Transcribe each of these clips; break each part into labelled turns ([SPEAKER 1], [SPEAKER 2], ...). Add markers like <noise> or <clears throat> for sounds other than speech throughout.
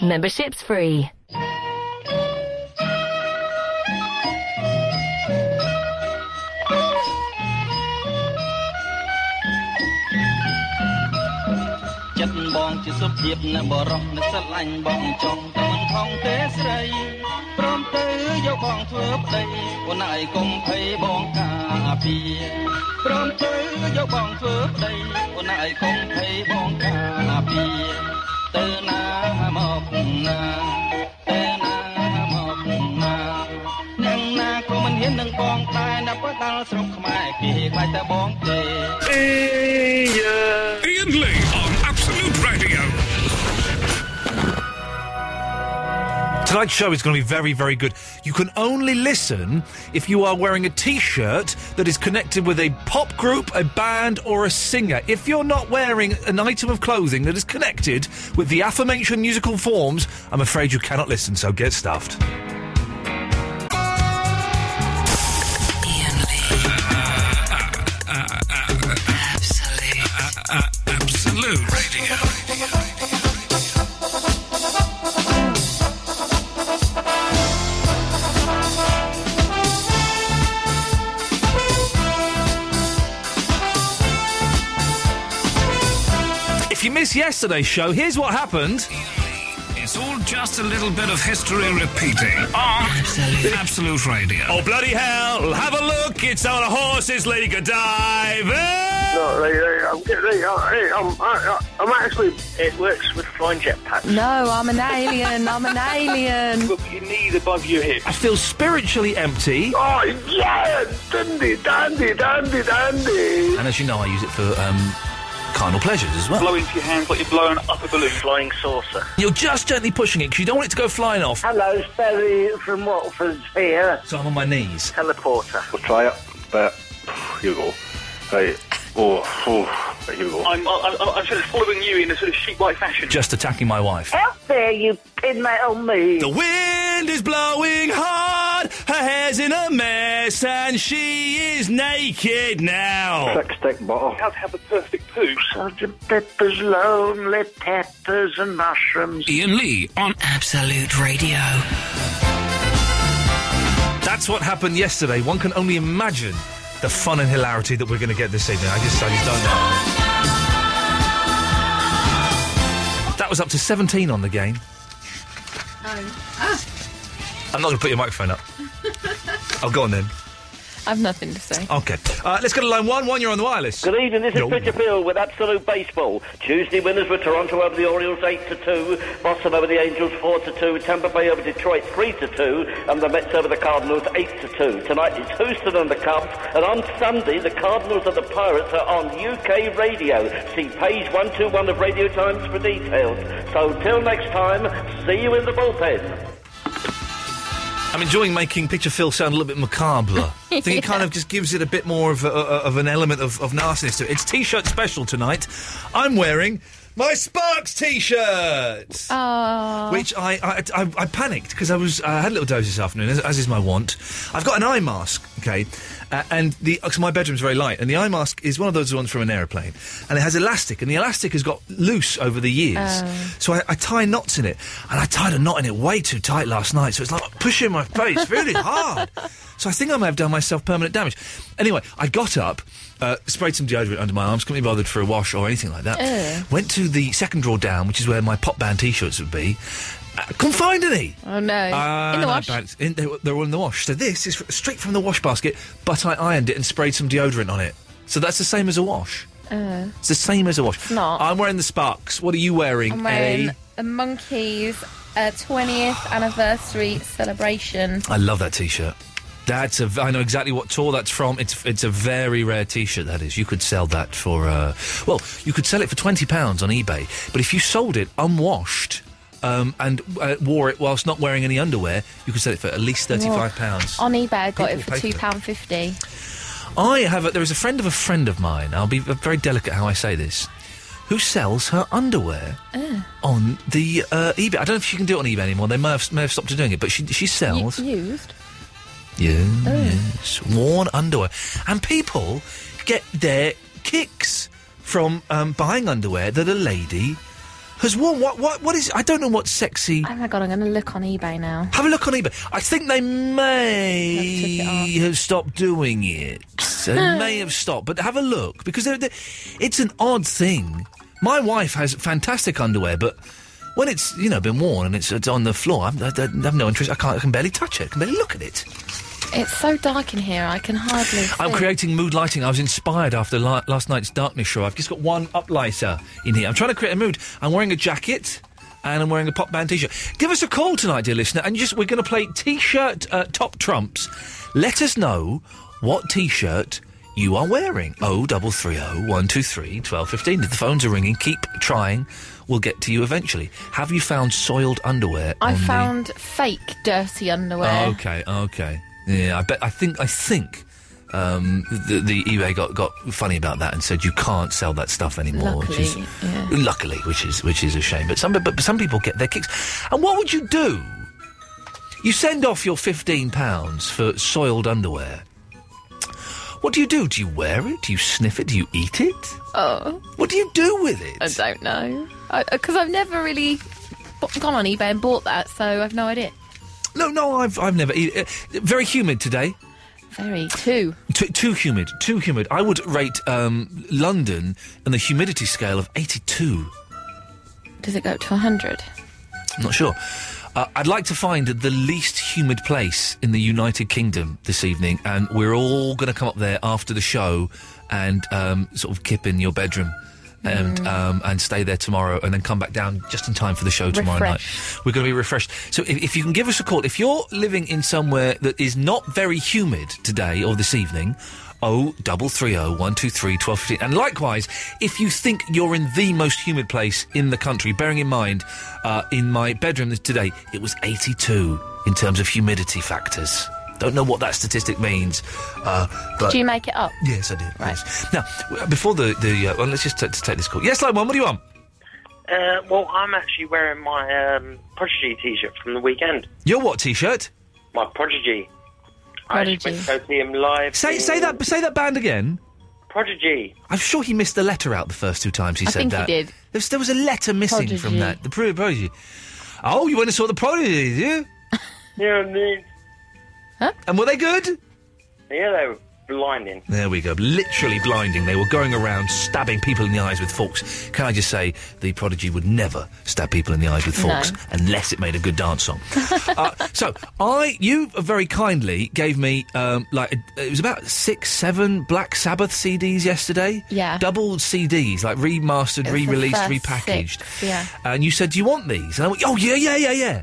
[SPEAKER 1] Membership's free.
[SPEAKER 2] ់ចិត្តបងជាសុភាពនៅបរោះនៅស្រឡាញ់បងចង់តែមិនខំទេស្រីព្រមទៅយកបងធ្វើប្តីអូនឯងកុំភ័យបងការពារព្រមទៅយកបងធ្វើប្តីអូនឯងកុំភ័យបងការពារទៅណាមកណាទៅណាមកណានឹងណាក៏មិនហ៊ាននឹងបងដែរណាបើដល់ស្រុកខ្មែរគេខ្លាចតែបងទេ
[SPEAKER 3] Ian Lee on Absolute Radio.
[SPEAKER 4] Tonight's show is going to be very, very good. You can only listen if you are wearing a t shirt that is connected with a pop group, a band, or a singer. If you're not wearing an item of clothing that is connected with the aforementioned musical forms, I'm afraid you cannot listen, so get stuffed.
[SPEAKER 3] Absolute Radio.
[SPEAKER 4] If you missed yesterday's show, here's what happened.
[SPEAKER 3] It's all just a little bit of history repeating on Absolute, Radio.
[SPEAKER 4] Oh, bloody hell! Have a look! It's on a horse's league of diving!
[SPEAKER 5] No, right, right, I'm getting right, uh, right, I'm, I, I, I'm actually it works with flying jetpacks.
[SPEAKER 6] No, I'm an alien. I'm an
[SPEAKER 4] <laughs>
[SPEAKER 6] alien.
[SPEAKER 5] Look,
[SPEAKER 6] <laughs>
[SPEAKER 5] your knees above your hip.
[SPEAKER 4] I feel spiritually empty.
[SPEAKER 5] Oh yeah, dandy, dandy, dandy, dandy.
[SPEAKER 4] And as you know, I use it for um, carnal pleasures as well.
[SPEAKER 5] Blow into your hands like you're blowing up a balloon. Flying saucer.
[SPEAKER 4] You're just gently pushing it because you don't want it to go flying off.
[SPEAKER 7] Hello, Ferry from Watford's here.
[SPEAKER 4] So I'm on my knees.
[SPEAKER 7] Teleporter.
[SPEAKER 5] We'll try it, but here we go. Right, oh, oh, here we go. I'm, I'm, I'm sort of following you in a sort of sheep-like fashion.
[SPEAKER 4] Just attacking my wife.
[SPEAKER 7] Out there, you pinmetal me.
[SPEAKER 4] The wind is blowing hard, her hair's in a mess, and she is naked now.
[SPEAKER 5] stick bottle. How to have the perfect poo.
[SPEAKER 7] Sergeant Pepper's Lonely Peppers and Mushrooms.
[SPEAKER 3] Ian Lee on
[SPEAKER 8] Absolute Radio.
[SPEAKER 4] That's what happened yesterday. One can only imagine the fun and hilarity that we're going to get this evening. I just, I just don't know. That was up to 17 on the game. I'm not going to put your microphone up. Oh, go on then.
[SPEAKER 6] I've nothing to say.
[SPEAKER 4] Okay. Uh, let's go to line one. One, you're on the wireless.
[SPEAKER 9] Good evening, this is
[SPEAKER 4] Yo.
[SPEAKER 9] Peter Field with Absolute Baseball. Tuesday winners were Toronto over the Orioles 8 to 2, Boston over the Angels 4 to 2, Tampa Bay over Detroit 3 to 2, and the Mets over the Cardinals 8 to 2. Tonight it's Houston and the Cubs, and on Sunday the Cardinals and the Pirates are on UK radio. See page 121 of Radio Times for details. So till next time, see you in the bullpen.
[SPEAKER 4] I'm enjoying making Picture Phil sound a little bit macabre. I think it kind of just gives it a bit more of, a, a- of an element of, of nastiness to it. It's T-shirt special tonight. I'm wearing my Sparks T-shirt.
[SPEAKER 6] Oh.
[SPEAKER 4] Which I I, I, I panicked because I was I had a little doze this afternoon, as, as is my want. I've got an eye mask, okay, uh, and the cause my bedroom's very light, and the eye mask is one of those ones from an aeroplane, and it has elastic, and the elastic has got loose over the years,
[SPEAKER 10] Oh.
[SPEAKER 4] so I, I tie knots in it, and I tied a knot in it way too tight last night, so it's like pushing my face really <laughs> hard. So I think I may have done myself permanent damage. Anyway, I got up, uh, sprayed some deodorant under my arms, couldn't be bothered for a wash or anything like that.
[SPEAKER 6] Ew.
[SPEAKER 4] Went to the second drawer down, which is where my pop band t-shirts would be. Uh, couldn't find any.
[SPEAKER 6] Oh no.
[SPEAKER 4] Uh,
[SPEAKER 6] In the
[SPEAKER 4] no,
[SPEAKER 6] wash.
[SPEAKER 4] but it's in- they, were- they were all in the wash. So this is fr- straight from the wash basket, but I ironed it and sprayed some deodorant on it. So that's the same as a wash.
[SPEAKER 6] Uh,
[SPEAKER 4] It's the same as a wash.
[SPEAKER 6] not.
[SPEAKER 4] I'm wearing the Sparks. What are you wearing,
[SPEAKER 6] I'm
[SPEAKER 4] Ellie?
[SPEAKER 6] wearing a monkey's uh, 20th anniversary celebration.
[SPEAKER 4] I love that T-shirt. That's a. v- I know exactly what tour that's from. It's it's a very rare T-shirt. That is. You could sell that for. Uh, well, you could sell it for twenty pounds on eBay. But if you sold it unwashed um, and uh, wore it whilst not wearing any underwear, you could sell it for at least thirty-five pounds.
[SPEAKER 6] On e- eBay, I got
[SPEAKER 4] People
[SPEAKER 6] it for
[SPEAKER 4] pay
[SPEAKER 6] two
[SPEAKER 4] for
[SPEAKER 6] pound fifty.
[SPEAKER 4] I have. A, there is a friend of a friend of mine. I'll be v- very delicate how I say this. Who sells her underwear
[SPEAKER 6] Uh,
[SPEAKER 4] on the uh, eBay? I don't know if she can do it on eBay anymore. They may have, may have stopped doing it, but she she sells.
[SPEAKER 6] used.
[SPEAKER 4] Yes, worn underwear, and people get their kicks from um, buying underwear that a lady has won. What? What? What is? I don't know what sexy.
[SPEAKER 6] Oh my god, I'm going to look on eBay now.
[SPEAKER 4] Have a look on eBay. I think they may have stopped doing it. They may have stopped, but have a look because they're, they're, it's an odd thing. My wife has fantastic underwear, but when it's you know been worn and it's, it's on the floor, I'm, I, I have no interest. I can't. I can barely touch it. I can barely look at it.
[SPEAKER 6] It's so dark in here, I can hardly.
[SPEAKER 4] I'm
[SPEAKER 6] see.
[SPEAKER 4] creating mood lighting. I was inspired after la- last night's darkness show. I've just got one uplighter in here. I'm trying to create a mood. I'm wearing a jacket and I'm wearing a pop band t-shirt. Give us a call tonight, dear listener, and just we're going to play t-shirt uh, top trumps. Let us know what t-shirt you are wearing. Oh, double three oh one two three twelve fifteen. If the phones are ringing, keep trying. We'll get to you eventually. Have you found soiled underwear?
[SPEAKER 6] I
[SPEAKER 4] on Oh, the-
[SPEAKER 6] found fake dirty underwear.
[SPEAKER 4] Okay, okay. Yeah, I bet. I think. I think um, the, the eBay got, got funny about that and said you can't sell that stuff anymore. which is,
[SPEAKER 6] Luckily, yeah.
[SPEAKER 4] luckily, which is which is a shame. But some but but some people get their kicks. And what would you do? You send off your fifteen pounds for soiled underwear. What do you do? Do you wear it? Do you sniff it? Do you eat it?
[SPEAKER 6] Oh.
[SPEAKER 4] What do you do with it?
[SPEAKER 6] I don't know. Because I've never really b- gone on eBay and bought that, so I've no idea.
[SPEAKER 4] No, no, I've I've never. eat- uh, Very humid today.
[SPEAKER 6] Very too.
[SPEAKER 4] Too, too humid, too humid. I would rate um, London on the humidity scale of 82.
[SPEAKER 6] Does it go up to 100?
[SPEAKER 4] I'm not sure. Uh, I'd like to find the least humid place in the United Kingdom this evening, and we're all going to come up there after the show and um, sort of kip in your bedroom. And
[SPEAKER 6] Mm.
[SPEAKER 4] um, and stay there tomorrow, and then come back down just in time for the show tomorrow night. We're going to be refreshed. So if, if you can give us a call, if you're living in somewhere that is not very humid today or this evening, oh double three oh one two three twelve fifteen. And likewise, if you think you're in the most humid place in the country, bearing in mind, uh, in my bedroom today it was 82 in terms of humidity factors. Don't know what that statistic means, uh, but
[SPEAKER 6] Do you make it up?
[SPEAKER 4] yes, I did. Right now, w- before the the uh, well, let's just t- to take this call. Yes, line one. What do you want?
[SPEAKER 5] Uh, well, I'm actually wearing my um, Prodigy t-shirt from the weekend.
[SPEAKER 4] Your what T-shirt?
[SPEAKER 5] My Prodigy. Prodigy. I actually went to go see him live.
[SPEAKER 4] Say say that say that band again.
[SPEAKER 5] Prodigy.
[SPEAKER 4] I'm sure he missed the letter out the first two times he
[SPEAKER 5] I
[SPEAKER 4] said
[SPEAKER 5] think he
[SPEAKER 4] that.
[SPEAKER 5] did.
[SPEAKER 4] There was, there was a letter missing from
[SPEAKER 5] Prodigy.
[SPEAKER 4] that. The pro- prodigy. Oh, you went and saw the prodigy, did you?
[SPEAKER 5] Yeah, they,
[SPEAKER 4] And were they good?
[SPEAKER 5] yeah, they were blinding.
[SPEAKER 4] There we go. Literally blinding. They were going around stabbing people in the eyes with forks. Can I just say, the prodigy would never stab people in the eyes with
[SPEAKER 11] No.
[SPEAKER 4] forks unless it made a good dance song. uh, so I, you very kindly gave me um, like it was about six, seven Black Sabbath CDs yesterday.
[SPEAKER 6] Yeah.
[SPEAKER 4] double CDs, like remastered,
[SPEAKER 6] It was the
[SPEAKER 4] re-released,
[SPEAKER 6] first
[SPEAKER 4] repackaged.
[SPEAKER 6] six, yeah.
[SPEAKER 4] And you said, "Do you want these?" And I went, "Oh yeah, yeah, yeah, yeah."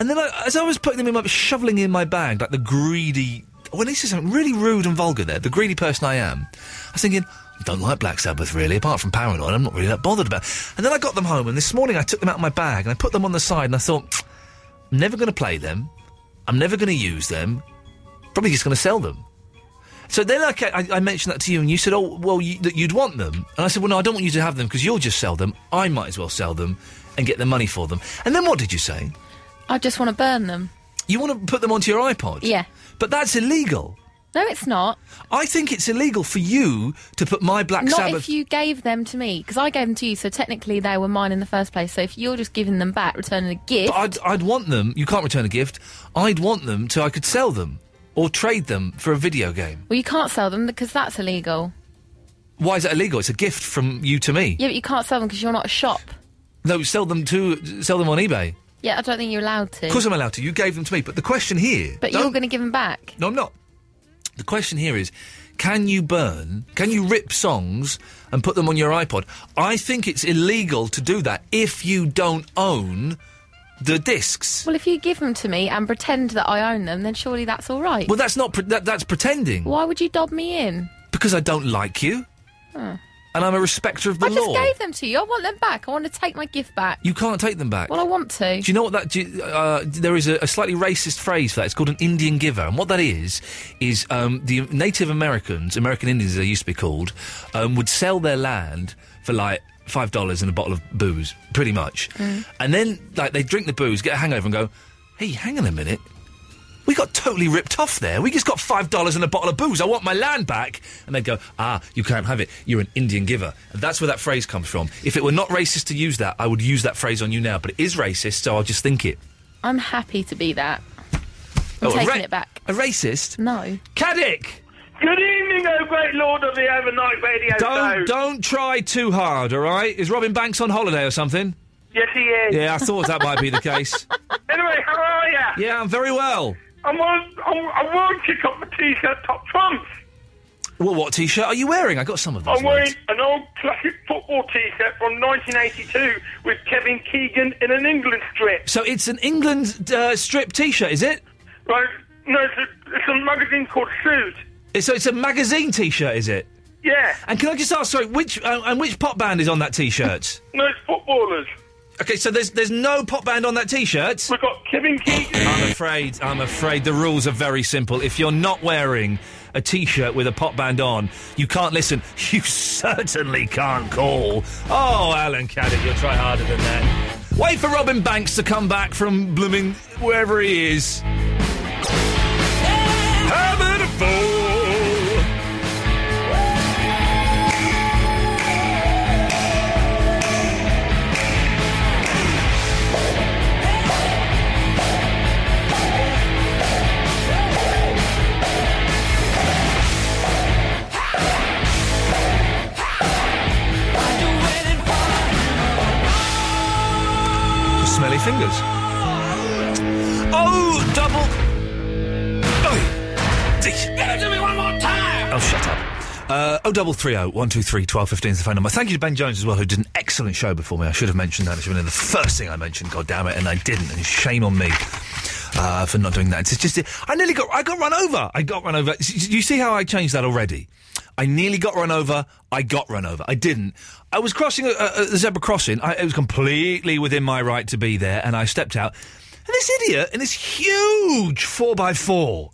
[SPEAKER 4] And then, I, as I was putting them in my, shoveling in my bag, like the greedy, when this is something really rude and vulgar, there, the greedy person I am, I was thinking, I don't like Black Sabbath really. Apart from Paranoid, I'm not really that bothered about. And then I got them home, and this morning I took them out of my bag and I put them on the side, and I thought, I'm never going to play them. I'm never going to use them. Probably just going to sell them. So then I, ca- I, I mentioned that to you, and you said, "Oh, well, you, that you'd want them." And I said, "Well, no, I don't want you to have them because you'll just sell them. I might as well sell them and get the money for them." And then what did you say?
[SPEAKER 6] I just want to burn them.
[SPEAKER 4] You want to put them onto your iPod?
[SPEAKER 6] Yeah.
[SPEAKER 4] But that's illegal.
[SPEAKER 6] No, it's not.
[SPEAKER 4] I think it's illegal for you to put my Black
[SPEAKER 6] not
[SPEAKER 4] Sabbath.
[SPEAKER 6] if you gave them to me, because I gave them to you, so technically they were mine in the first place. So if you're just giving them back, returning a gift,
[SPEAKER 4] But I'd, I'd want them. You can't return a gift. I'd want them so I could sell them or trade them for a video game.
[SPEAKER 6] well, you can't sell them because that's illegal.
[SPEAKER 4] Why is that illegal? It's a gift from you to me.
[SPEAKER 6] Yeah, but you can't sell them because you're not a shop.
[SPEAKER 4] No, sell them to sell them on eBay.
[SPEAKER 6] Yeah, I don't think you're allowed to.
[SPEAKER 4] Of course, I'm allowed to. You gave them to me, but the question here.
[SPEAKER 6] But
[SPEAKER 4] don't-
[SPEAKER 6] you're going to give them back.
[SPEAKER 4] No, I'm not. The question here is can you burn, can you rip songs and put them on your iPod? I think it's illegal to do that if you don't own the discs.
[SPEAKER 6] Well, if you give them to me and pretend that I own them, then surely that's all right.
[SPEAKER 4] Well, that's not pre- that, that's pretending
[SPEAKER 6] Why would you dob me in?
[SPEAKER 4] because I don't like you
[SPEAKER 6] Huh.
[SPEAKER 4] and I'm a respecter of the
[SPEAKER 6] I just
[SPEAKER 4] law.
[SPEAKER 6] gave them to you. I want them back. I want to take my gift back.
[SPEAKER 4] You can't take them back.
[SPEAKER 6] Well, I want to.
[SPEAKER 4] Do you know what that? Do you, uh, there is a, a slightly racist phrase for that. It's called an Indian giver, and what that is is um, the Native Americans, American Indians, as they used to be called, um, would sell their land for like five dollars and a bottle of booze, pretty
[SPEAKER 12] Mm.
[SPEAKER 4] much, and then like they drink the booze, get a hangover, and go, "Hey, hang on a minute, We got totally ripped off there. We just got five dollars and a bottle of booze. I want my land back. And they'd go, ah, you can't have it. You're an Indian giver. And that's where that phrase comes from. If it were not racist to use that, I would use that phrase on you now. But it is racist, so I'll just think it.
[SPEAKER 6] I'm happy to be that. I'm
[SPEAKER 4] Oh, a
[SPEAKER 6] taking
[SPEAKER 4] ra-
[SPEAKER 6] it back.
[SPEAKER 4] A racist?
[SPEAKER 6] No.
[SPEAKER 4] Caddick!
[SPEAKER 5] Good evening, oh great lord of the overnight radio
[SPEAKER 4] Don't don't try too hard, all right? Is Robin Banks on holiday or something?
[SPEAKER 5] Yes, he is.
[SPEAKER 4] Yeah, I thought that might be the case.
[SPEAKER 5] <laughs> Anyway, how are you?
[SPEAKER 4] Yeah, I'm very well.
[SPEAKER 5] I'm on, I'm, I want to got my t-shirt top trumps.
[SPEAKER 4] Well, what t-shirt are you wearing? I got some of those.
[SPEAKER 5] I'm wearing an old classic football t-shirt from 1982 with Kevin Keegan in an England strip.
[SPEAKER 4] So it's an England uh, strip T-shirt, is it?
[SPEAKER 5] Right? No, it's a, it's a magazine called Suit.
[SPEAKER 4] It's- So it's a magazine T-shirt, is it?
[SPEAKER 5] Yeah.
[SPEAKER 4] And can I just ask, sorry, which uh, and which pop band is on that T-shirt?
[SPEAKER 5] No, it's footballers.
[SPEAKER 4] okay, so there's there's no pop band on that T-shirt.
[SPEAKER 5] We've got Kevin Keegan.
[SPEAKER 4] <laughs> I'm afraid, I'm afraid the rules are very simple. If you're not wearing a T-shirt with a pop band on, you can't listen. <laughs> You certainly can't call. Oh, Alan Caddick, you'll try harder than that. Wait for Robin Banks to come back from blooming wherever he is. Having a fool. Smelly fingers. Oh, double. Oh, dish.
[SPEAKER 13] do me one more time.
[SPEAKER 4] Oh, shut up. Uh, 0330 123 1215 is the phone number. Thank you to Ben Jones as well, who did an excellent show before me. I should have mentioned that. It should have been the first thing I mentioned, God damn it, and I didn't. And shame on me uh, for not doing that. It's just, I nearly got, I got run over. I got run over. S- You see how I changed that already? I nearly got run over. I got run over. I didn't. I was crossing a, a, a zebra crossing. I, it was completely within my right to be there, and I stepped out. And this idiot in this huge 4x4,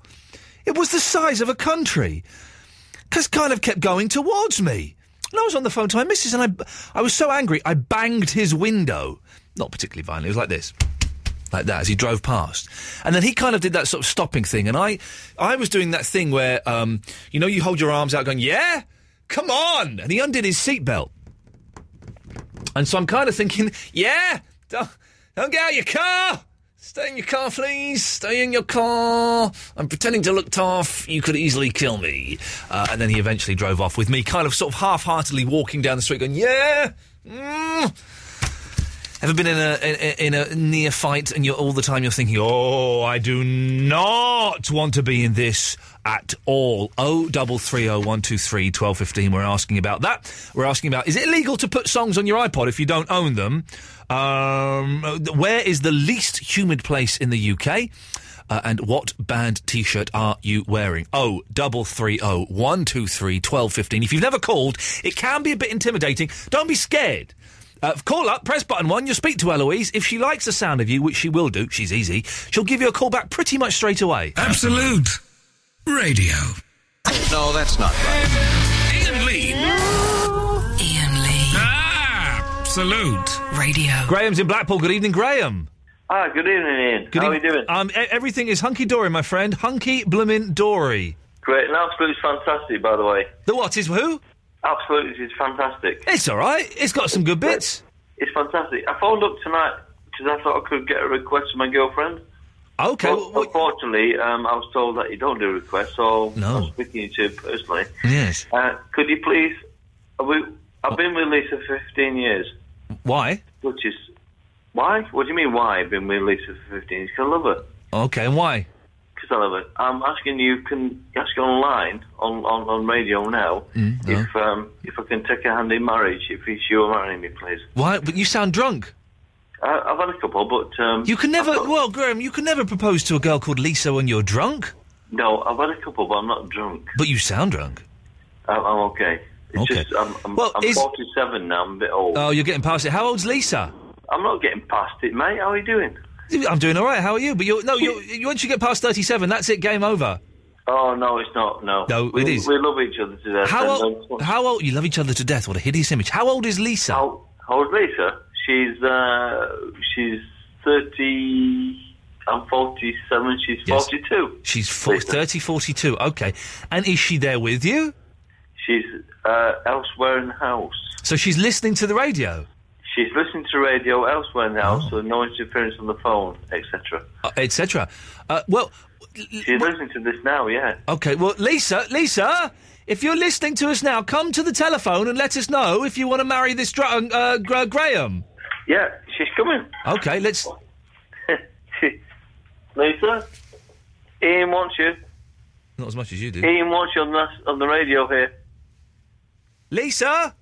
[SPEAKER 4] it was the size of a country has kind of kept going towards me. And I was on the phone to my missus, and I, I was so angry, I banged his window. Not particularly violently, it was like this. Like that, as he drove past. And then he kind of did that sort of stopping thing, and I, I was doing that thing where, um, you know, you hold your arms out going, yeah? Come on! And he undid his seatbelt. And so I'm kind of thinking, yeah, don't, don't get out of your car. Stay in your car, please. Stay in your car. I'm pretending to look tough. You could easily kill me. Uh, and then he eventually drove off with me, kind of sort of half heartedly walking down the street going, yeah. Mm. Ever been in a, in, a- in a near fight and you're all the time you're thinking, oh, I do not want to be in this at all. Oh, double three oh one two three twelve fifteen. We're asking about that. We're asking about is it illegal to put songs on your iPod if you don't own them? Um, where is the least humid place in the UK? Uh, and what band T-shirt are you wearing? Oh, double three oh one two three twelve fifteen. If you've never called, it can be a bit intimidating. Don't be scared. Uh, call up, press button one. You'll speak to Eloise. If she likes the sound of you, which she will do, she's easy. She'll give you a call back pretty much straight away.
[SPEAKER 14] Absolute Radio.
[SPEAKER 4] No, that's not right.
[SPEAKER 14] Ian Lee.
[SPEAKER 15] Ian Lee.
[SPEAKER 14] Absolute
[SPEAKER 15] Radio.
[SPEAKER 4] Graham's in Blackpool. Good evening, Graham.
[SPEAKER 11] Ah, good evening, Ian.
[SPEAKER 4] Good
[SPEAKER 11] How
[SPEAKER 4] eve-
[SPEAKER 11] are you doing?
[SPEAKER 4] Um, e- everything is hunky dory, my friend. Hunky bloomin' dory.
[SPEAKER 11] Great. And Absolute's fantastic, by the way.
[SPEAKER 4] The what is who?
[SPEAKER 11] Absolute is fantastic.
[SPEAKER 4] It's all right. It's got some good bits.
[SPEAKER 11] It's fantastic. I phoned up tonight because I thought I could get a request from my girlfriend.
[SPEAKER 4] Okay.
[SPEAKER 11] But unfortunately, um, I was told that you don't do requests, so I'm speaking to you personally.
[SPEAKER 4] Yes.
[SPEAKER 11] Uh, could you please? uh, We, I've been with Lisa for 15 years,
[SPEAKER 4] Why?
[SPEAKER 11] which is why? What do you mean? Why I've been with Lisa for 15 years? 'Cause I love her.
[SPEAKER 4] Okay. And why?
[SPEAKER 11] Because I love her. I'm asking you can ask you online on, on, on radio now
[SPEAKER 4] Mm, no.
[SPEAKER 11] if um, if I can take a hand in marriage if it's you marrying me, please.
[SPEAKER 4] Why? But you sound drunk.
[SPEAKER 11] I, I've had a couple, but um,
[SPEAKER 4] You can never. Well, Graham, you can never propose to a girl called Lisa when you're drunk.
[SPEAKER 11] no, I've had a couple, but I'm not drunk.
[SPEAKER 4] But you sound drunk.
[SPEAKER 11] I'm, I'm okay. It's
[SPEAKER 4] Okay.
[SPEAKER 11] just I'm, I'm,
[SPEAKER 4] Well,
[SPEAKER 11] I'm
[SPEAKER 4] is-
[SPEAKER 11] 47 now. I'm a bit old.
[SPEAKER 4] Oh, you're getting past it. How old's Lisa?
[SPEAKER 11] I'm not getting past it, mate. How are you doing?
[SPEAKER 4] I'm doing all right. How are you? But you're no.
[SPEAKER 11] <laughs>
[SPEAKER 4] You're, you once you get past thirty-seven, that's it. Game over.
[SPEAKER 11] Oh no, it's not. No,
[SPEAKER 4] No,
[SPEAKER 11] we,
[SPEAKER 4] it is.
[SPEAKER 11] We love each other to death.
[SPEAKER 4] How
[SPEAKER 11] and,
[SPEAKER 4] old?
[SPEAKER 11] um,
[SPEAKER 4] How old? You love each other to death. What a hideous image. How old is Lisa?
[SPEAKER 11] How old is Lisa? She's uh, she's 30. I'm 47, she's 42.
[SPEAKER 4] She's four, 30, 42. Okay. And is she there with you?
[SPEAKER 11] She's uh, elsewhere in the house.
[SPEAKER 4] So she's listening to the radio?
[SPEAKER 11] She's listening to radio elsewhere in the house, so no interference on the phone, etc.
[SPEAKER 4] uh, etc. Uh, well,
[SPEAKER 11] She's listening to this now, yeah.
[SPEAKER 4] okay. Well, Lisa, Lisa, if you're listening to us now, come to the telephone and let us know if you want to marry this dra- uh, Gra- Graham.
[SPEAKER 11] Yeah, she's coming.
[SPEAKER 4] Okay, let's.
[SPEAKER 11] Lisa? Ian wants you.
[SPEAKER 4] Not as much as you do.
[SPEAKER 11] Ian wants you on the, on the radio here.
[SPEAKER 4] Lisa?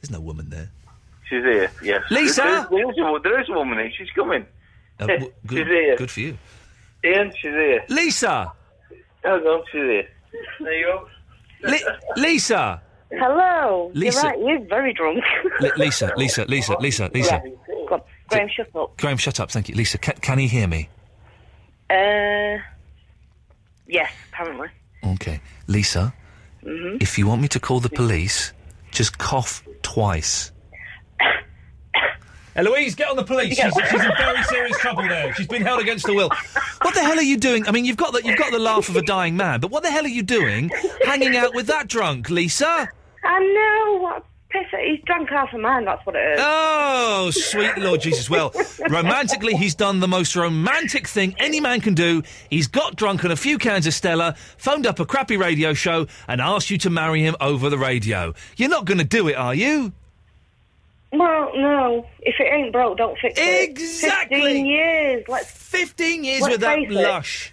[SPEAKER 4] There's no woman there.
[SPEAKER 11] She's here, yes.
[SPEAKER 4] Lisa?
[SPEAKER 11] There is, there is, a, wo- there is a woman here, she's coming. <laughs>
[SPEAKER 4] Uh, w-
[SPEAKER 11] she's
[SPEAKER 4] good,
[SPEAKER 11] here.
[SPEAKER 4] good for you.
[SPEAKER 11] Ian, she's here.
[SPEAKER 4] Lisa!
[SPEAKER 11] Hang on, she's here. There you go.
[SPEAKER 4] Li- Lisa!
[SPEAKER 1] Hello.
[SPEAKER 4] Lisa.
[SPEAKER 1] You're right. You're very drunk.
[SPEAKER 4] Li- Lisa, Lisa, Lisa, Lisa, Lisa.
[SPEAKER 1] Yeah. <laughs> Go on. Graham, shut up.
[SPEAKER 4] Graham, shut up. Thank you. Lisa, ca- can he hear me?
[SPEAKER 1] Uh, yes, apparently.
[SPEAKER 4] Okay. Lisa,
[SPEAKER 1] hmm
[SPEAKER 4] if you want me to call the police, just cough twice. <coughs> Eloise, get on the police. She's, she's in very serious trouble there. She's been held against her will. What the hell are you doing? I mean, you've got the, you've got the laugh of a dying man, but what the hell are you doing hanging out with that drunk, Lisa?
[SPEAKER 1] I know. What a pisser. He's drunk half a man. That's what it is.
[SPEAKER 4] Oh, sweet Lord Jesus. Well, romantically, he's done the most romantic thing any man can do. He's got drunk on a few cans of Stella, phoned up a crappy radio show, and asked you to marry him over the radio. You're not going to do it, are you?
[SPEAKER 1] Well, no. If it ain't broke, don't fix it.
[SPEAKER 4] Exactly.
[SPEAKER 1] Fifteen years. Let's.
[SPEAKER 4] Fifteen years
[SPEAKER 1] let's
[SPEAKER 4] with that
[SPEAKER 1] face it.
[SPEAKER 4] lush.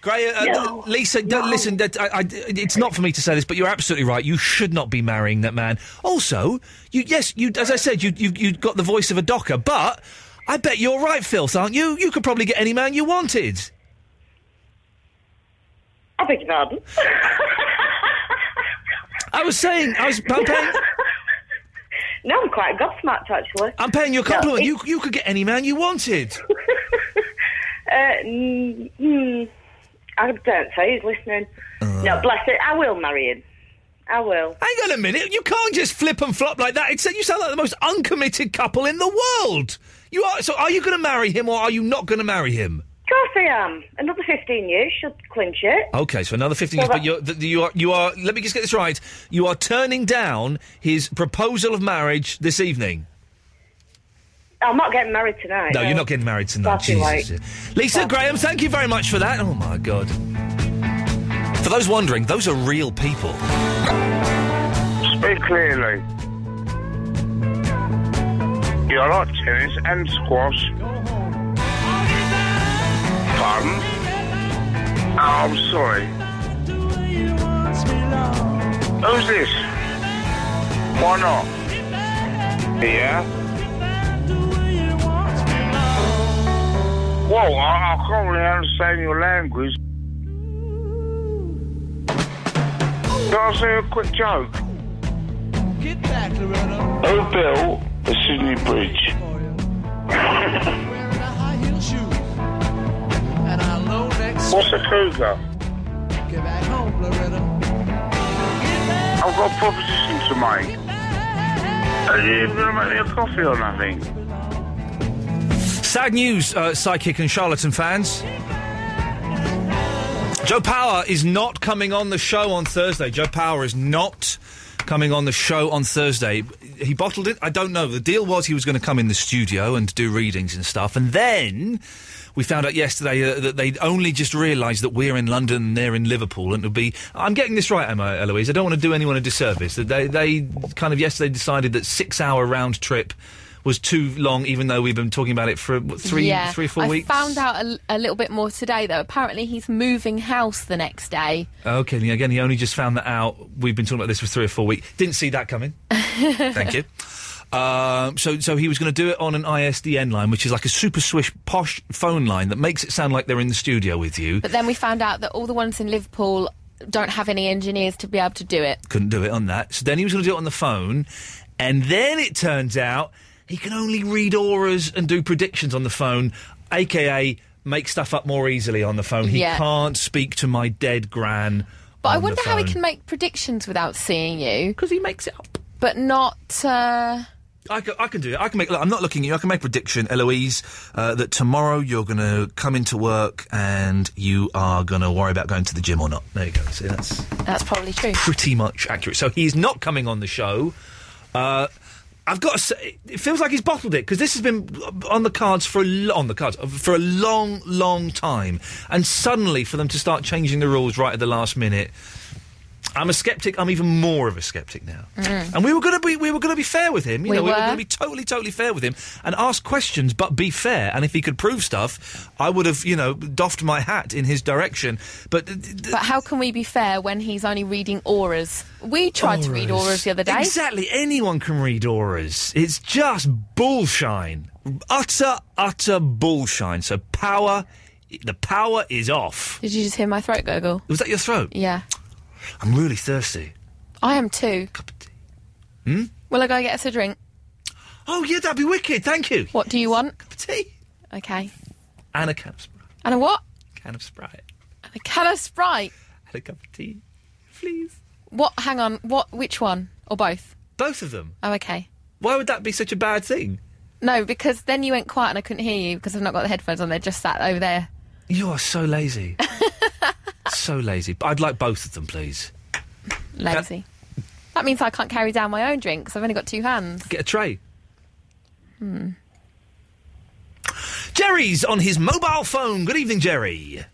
[SPEAKER 4] Gray, uh,
[SPEAKER 1] No.
[SPEAKER 4] uh, Lisa, don't listen. That, I, I, it's not for me to say this, but you're absolutely right. You should not be marrying that man. Also, you yes, you as I said, you you you got the voice of a docker, but I bet you're right, Filth, aren't you? You could probably get any man you wanted.
[SPEAKER 1] I beg your
[SPEAKER 4] <laughs>
[SPEAKER 1] pardon.
[SPEAKER 4] I was saying, I was
[SPEAKER 1] <laughs>
[SPEAKER 4] I'm paying,
[SPEAKER 1] No, I'm quite gobsmacked actually.
[SPEAKER 4] I'm paying you a compliment.
[SPEAKER 1] No,
[SPEAKER 4] you you could get any man you wanted.
[SPEAKER 1] Uh, mm, mm, I don't say he's listening. no, bless it. I will marry him. I will.
[SPEAKER 4] Hang on a minute, you can't just flip and flop like that. It's, you sound like the most uncommitted couple in the world. You are. So, are you going to marry him or are you not going to marry him?
[SPEAKER 1] Of course I am. Another 15 years should clinch it.
[SPEAKER 4] Okay, so another fifteen years,
[SPEAKER 1] Well,
[SPEAKER 4] but you're, th- you are you are. Let me just get this right. You are turning down his proposal of marriage this evening.
[SPEAKER 1] I'm not getting married tonight.
[SPEAKER 4] No, you're not getting married tonight.
[SPEAKER 1] That's all right.
[SPEAKER 4] Jesus. Lisa Graham, thank you very much for that. Oh my god. For those wondering, those are real people.
[SPEAKER 16] Speak clearly. You like tennis and squash? Pardon? Oh, I'm sorry. Who's this? Why not? Yeah? Well, I, I can't really understand your language. Can I say a quick joke? Oh, Who built the Sydney Bridge? What's a cougar? I've got a proposition to make. Are you even going to make me a coffee or nothing?
[SPEAKER 4] Sad news, uh, psychic and charlatan fans. Joe Power is not coming on the show on Thursday. Joe Power is not coming on the show on Thursday. He bottled it. I don't know. The deal was he was going to come in the studio and do readings and stuff. And then we found out yesterday uh, that they'd only just realised that we're in London and they're in Liverpool. And it would be. I'm getting this right, am I, Eloise? I don't want to do anyone a disservice. That They, they kind of yesterday decided that six hour round trip was too long, even though we've been talking about it for what, three,
[SPEAKER 6] yeah.
[SPEAKER 4] three or four
[SPEAKER 6] I
[SPEAKER 4] weeks.
[SPEAKER 6] found out a, a little bit more today, though. Apparently, he's moving house the next day.
[SPEAKER 4] Okay, and again, he only just found that out. We've been talking about this for three or four weeks. Didn't see that coming.
[SPEAKER 6] <laughs>
[SPEAKER 4] Thank you. Um, so, so he was going to do it on an ISDN line, which is like a super swish posh phone line that makes it sound like they're in the studio with you.
[SPEAKER 6] But then we found out that all the ones in Liverpool don't have any engineers to be able to do it.
[SPEAKER 4] Couldn't do it on that. So then he was going to do it on the phone, and then it turns out he can only read auras and do predictions on the phone, aka make stuff up more easily on the phone. He
[SPEAKER 6] Yeah.
[SPEAKER 4] can't speak to my dead gran.
[SPEAKER 6] But I
[SPEAKER 4] on the
[SPEAKER 6] wonder how he
[SPEAKER 4] phone.
[SPEAKER 6] can make predictions without seeing you.
[SPEAKER 4] Because he makes it up.
[SPEAKER 6] But not. Uh,
[SPEAKER 4] I can, I can do it. I can make. Look, I'm not looking at you. I can make a prediction, Eloise, uh, that tomorrow you're going to come into work and you are going to worry about going to the gym or not. There you go. See, that's
[SPEAKER 6] That's probably true.
[SPEAKER 4] pretty much accurate. So he's not coming on the show. Uh, I've got to say, it feels like he's bottled it because this has been uh, on the cards for a lo- on the cards uh, for a long, long time, and suddenly for them to start changing the rules right at the last minute. I'm a skeptic. I'm even more of a skeptic now.
[SPEAKER 1] Mm.
[SPEAKER 4] And we were going to be we were going to be fair with him. You
[SPEAKER 1] We
[SPEAKER 4] know, we were
[SPEAKER 1] were.
[SPEAKER 4] going to be totally, totally fair with him and ask questions, but be fair. And if he could prove stuff, I would have, you know, doffed my hat in his direction. But th- th-
[SPEAKER 6] But how can we be fair when he's only reading auras? We tried to read auras the other day.
[SPEAKER 4] Exactly. Anyone can read auras. It's just bullshine. Utter, utter bullshine. So power, the power is off.
[SPEAKER 6] Did you just hear my throat gurgle?
[SPEAKER 4] Was that your throat?
[SPEAKER 6] Yeah.
[SPEAKER 4] I'm really thirsty.
[SPEAKER 6] I am too.
[SPEAKER 4] Hmm?
[SPEAKER 6] Will I go get us a drink?
[SPEAKER 4] Oh, yeah, that'd be wicked. Thank you.
[SPEAKER 6] What do you want? Cup
[SPEAKER 4] of tea.
[SPEAKER 6] Okay.
[SPEAKER 4] And a can of, Sprite-
[SPEAKER 6] And a what?
[SPEAKER 4] can of Sprite.
[SPEAKER 6] And a can of Sprite.
[SPEAKER 4] And a cup of tea.
[SPEAKER 6] What? Hang on. What? Which one? Or both?
[SPEAKER 4] Both of them.
[SPEAKER 6] Oh, okay.
[SPEAKER 4] Why would that be such a bad thing?
[SPEAKER 6] No, because then you went quiet and I couldn't hear you because I've not got the headphones on. They're just sat over there.
[SPEAKER 4] You are so lazy. so lazy. But I'd like both of them, please.
[SPEAKER 6] Lazy. That means I can't carry down my own drink 'cause I've only got two hands.
[SPEAKER 4] Get a tray.
[SPEAKER 6] Hmm.
[SPEAKER 4] Jerry's on his mobile phone. Good evening, Jerry.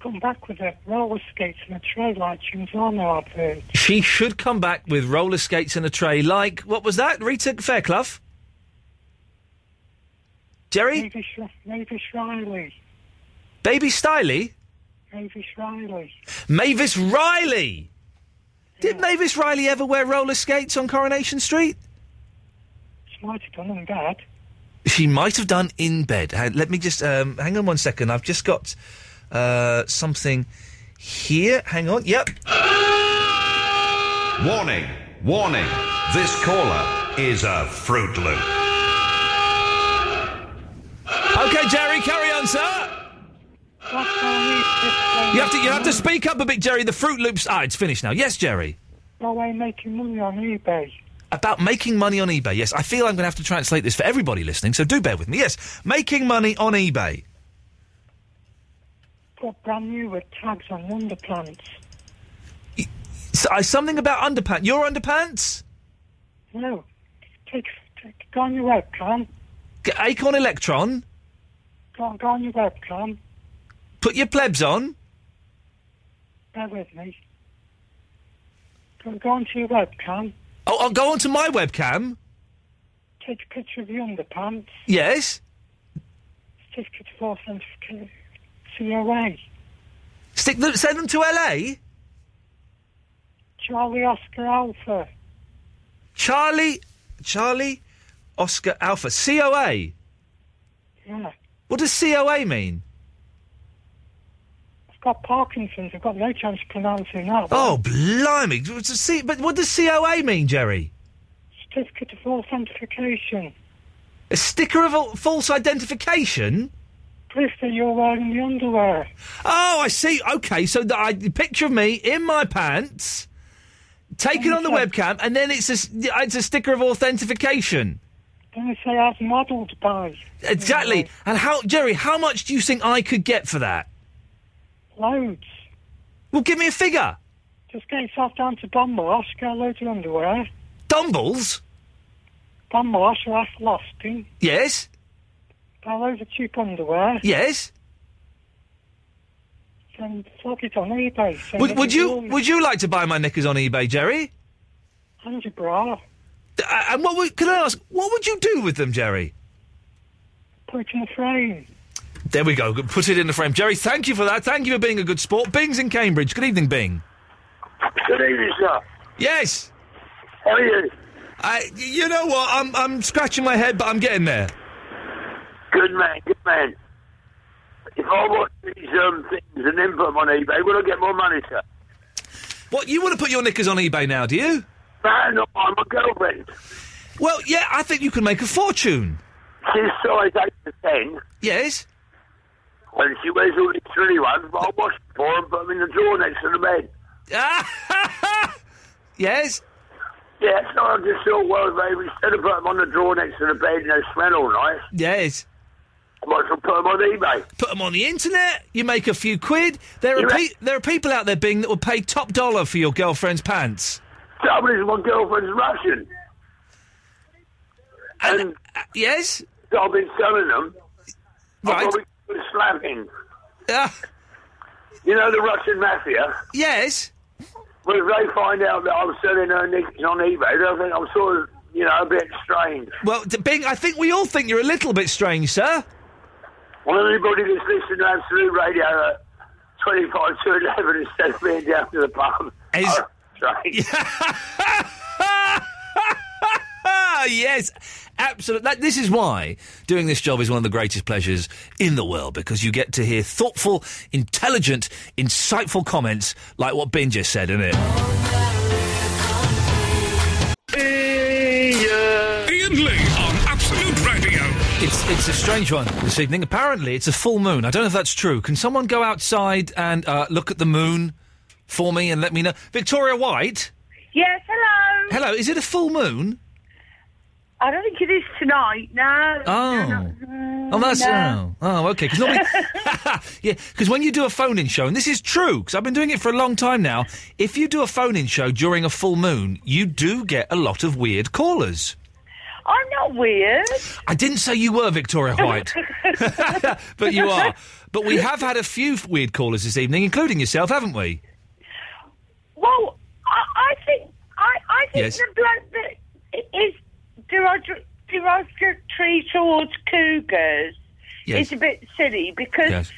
[SPEAKER 17] Come back with a roller skates and a tray like she was on our bird.
[SPEAKER 4] She should come back with roller skates and a tray like, what was that, Rita Fairclough? Jerry?
[SPEAKER 17] Maybe, Sh- maybe Shriley.
[SPEAKER 4] Baby Styley?
[SPEAKER 17] Maybe Shriley.
[SPEAKER 4] Mavis Riley! Did Mavis Riley ever wear roller skates on Coronation Street?
[SPEAKER 17] She might have done them bad.
[SPEAKER 4] She might have done in bed. Ha- Let me just um, hang on one second. I've just got uh, something here. Hang on. Yep.
[SPEAKER 18] Warning, warning. This caller is a Fruit Loop.
[SPEAKER 4] Okay, Jerry, carry on, sir. You have to you have to speak up a bit, Jerry. The Fruit Loops. Ah, it's finished now. Yes, Jerry.
[SPEAKER 17] No way making money on eBay.
[SPEAKER 4] About making money on eBay. Yes, I feel I'm going to have to translate this for everybody listening. So do bear with me. Yes, making money on eBay.
[SPEAKER 17] Got brand new with tags on underpants.
[SPEAKER 4] So, uh, something about underpants. Your underpants.
[SPEAKER 17] No. Take, take, go on your webcam.
[SPEAKER 4] G- Acorn Electron.
[SPEAKER 17] Go on, go on your webcam.
[SPEAKER 4] Put your plebs on.
[SPEAKER 17] Bear with me. Go, go on to your webcam.
[SPEAKER 4] Oh, I'll go onto my webcam.
[SPEAKER 17] Take a picture of your underpants.
[SPEAKER 4] Yes.
[SPEAKER 17] Certificate of authentication. COA.
[SPEAKER 4] Stick them. Send them to LA.
[SPEAKER 17] Charlie Oscar Alpha.
[SPEAKER 4] Charlie. Charlie. Oscar Alpha. COA.
[SPEAKER 17] Yeah.
[SPEAKER 4] What does COA mean?
[SPEAKER 17] I've got Parkinson's. I've got no chance of pronouncing that.
[SPEAKER 4] Oh, blimey. It's a C- But what does COA mean, Jerry?
[SPEAKER 17] Certificate of authentication.
[SPEAKER 4] A sticker of a false identification?
[SPEAKER 17] Proof that you're wearing the underwear.
[SPEAKER 4] Oh, I see. Okay, so the, I, the picture of me in my pants, taken on the webcam, and then it's a, s- it's a sticker of authentication.
[SPEAKER 17] Then they say I was modelled by.
[SPEAKER 4] Exactly. And how, Jerry, how much do you think I could get for that?
[SPEAKER 17] Loads.
[SPEAKER 4] Well, give me a figure.
[SPEAKER 17] Just get yourself down to Dunmosh, get a load of underwear.
[SPEAKER 4] Dumbles?
[SPEAKER 17] Dunmosh, or Athelstan.
[SPEAKER 4] Yes?
[SPEAKER 17] Buy loads of cheap underwear.
[SPEAKER 4] Yes?
[SPEAKER 17] Then flog it on eBay. So
[SPEAKER 4] Would, would you would you like to buy my knickers on eBay, Jerry?
[SPEAKER 17] And your bra.
[SPEAKER 4] Uh, and what would, can I ask? What would you do with them, Jerry?
[SPEAKER 17] Put it in the frame.
[SPEAKER 4] There we go. Good. Put it in the frame, Jerry. Thank you for that. Thank you for being a good sport. Bing's in Cambridge. Good evening, Bing.
[SPEAKER 19] Good evening, sir.
[SPEAKER 4] Yes.
[SPEAKER 19] How are you?
[SPEAKER 4] I, y- you know what? I'm I'm scratching my head, but I'm getting there.
[SPEAKER 19] Good man, good man. If I watch these um, things and then put them on eBay, will I get more money, sir?
[SPEAKER 4] What you want to put your knickers on eBay now? Do you?
[SPEAKER 19] No, no, I'm a girlfriend.
[SPEAKER 4] Well, yeah. I think you can make a fortune.
[SPEAKER 19] She's size 8 to 10.
[SPEAKER 4] Yes?
[SPEAKER 19] And she wears all these silly ones, but I wash them
[SPEAKER 4] Ah.
[SPEAKER 19] for her and put them in the drawer next to the bed.
[SPEAKER 4] yes?
[SPEAKER 19] Yeah, so I just thought, well, maybe instead of putting them on the drawer next to the bed and they smell all nice,
[SPEAKER 4] Yes.
[SPEAKER 19] I might as well put them on eBay.
[SPEAKER 4] Put them on the internet. You make a few quid. There are
[SPEAKER 19] You
[SPEAKER 4] pe- there are people out there, Bing, that will pay top dollar for your girlfriend's pants.
[SPEAKER 19] Trouble is, my girlfriend's Russian.
[SPEAKER 4] And, uh, yes?
[SPEAKER 19] I've been selling them.
[SPEAKER 4] Right. Ah.
[SPEAKER 19] I've been slapping.
[SPEAKER 4] Yeah.
[SPEAKER 19] You know the Russian mafia?
[SPEAKER 4] Yes.
[SPEAKER 19] Well, if they find out that I'm selling her knickknacks on eBay, they'll think I'm sort of, you know, a bit strange.
[SPEAKER 4] Well, d- Bing, I think we all think you're a little bit strange, sir.
[SPEAKER 19] Well, anybody that's listening to Absolute Radio at 25 to 11 instead of being down to the pub. <laughs> Is... Strange.
[SPEAKER 4] Ah, yes, absolutely. That, this is why doing this job is one of the greatest pleasures in the world because you get to hear thoughtful, intelligent, insightful comments like what Bin just said, isn't it?
[SPEAKER 5] Ian Lee on Absolute Radio.
[SPEAKER 4] It's it's a strange one this evening. Apparently, it's a full moon. I don't know if that's true. Can someone go outside and uh, look at the moon for me and let me know? Victoria White,
[SPEAKER 1] Yes, hello.
[SPEAKER 4] hello. Is it a full moon?
[SPEAKER 1] I don't think it is tonight. No. Mm,
[SPEAKER 4] Oh. Oh, that's
[SPEAKER 1] no.
[SPEAKER 4] oh, oh okay. Because normally, <laughs> yeah, 'cause when you do a phone-in show, and this is true, because I've been doing it for a long time now. If you do a phone-in show during a full moon, you do get a lot of weird callers.
[SPEAKER 1] I'm not weird.
[SPEAKER 4] I didn't say you were Victoria
[SPEAKER 1] <laughs>
[SPEAKER 4] White, but you are. But we have had a few f- weird callers this evening, including yourself, haven't we?
[SPEAKER 1] Well, I, I think I, I think
[SPEAKER 4] Yes.
[SPEAKER 1] the bloke that is derog- derogatory towards cougars
[SPEAKER 4] Yes.
[SPEAKER 1] is a bit silly because
[SPEAKER 4] Yes.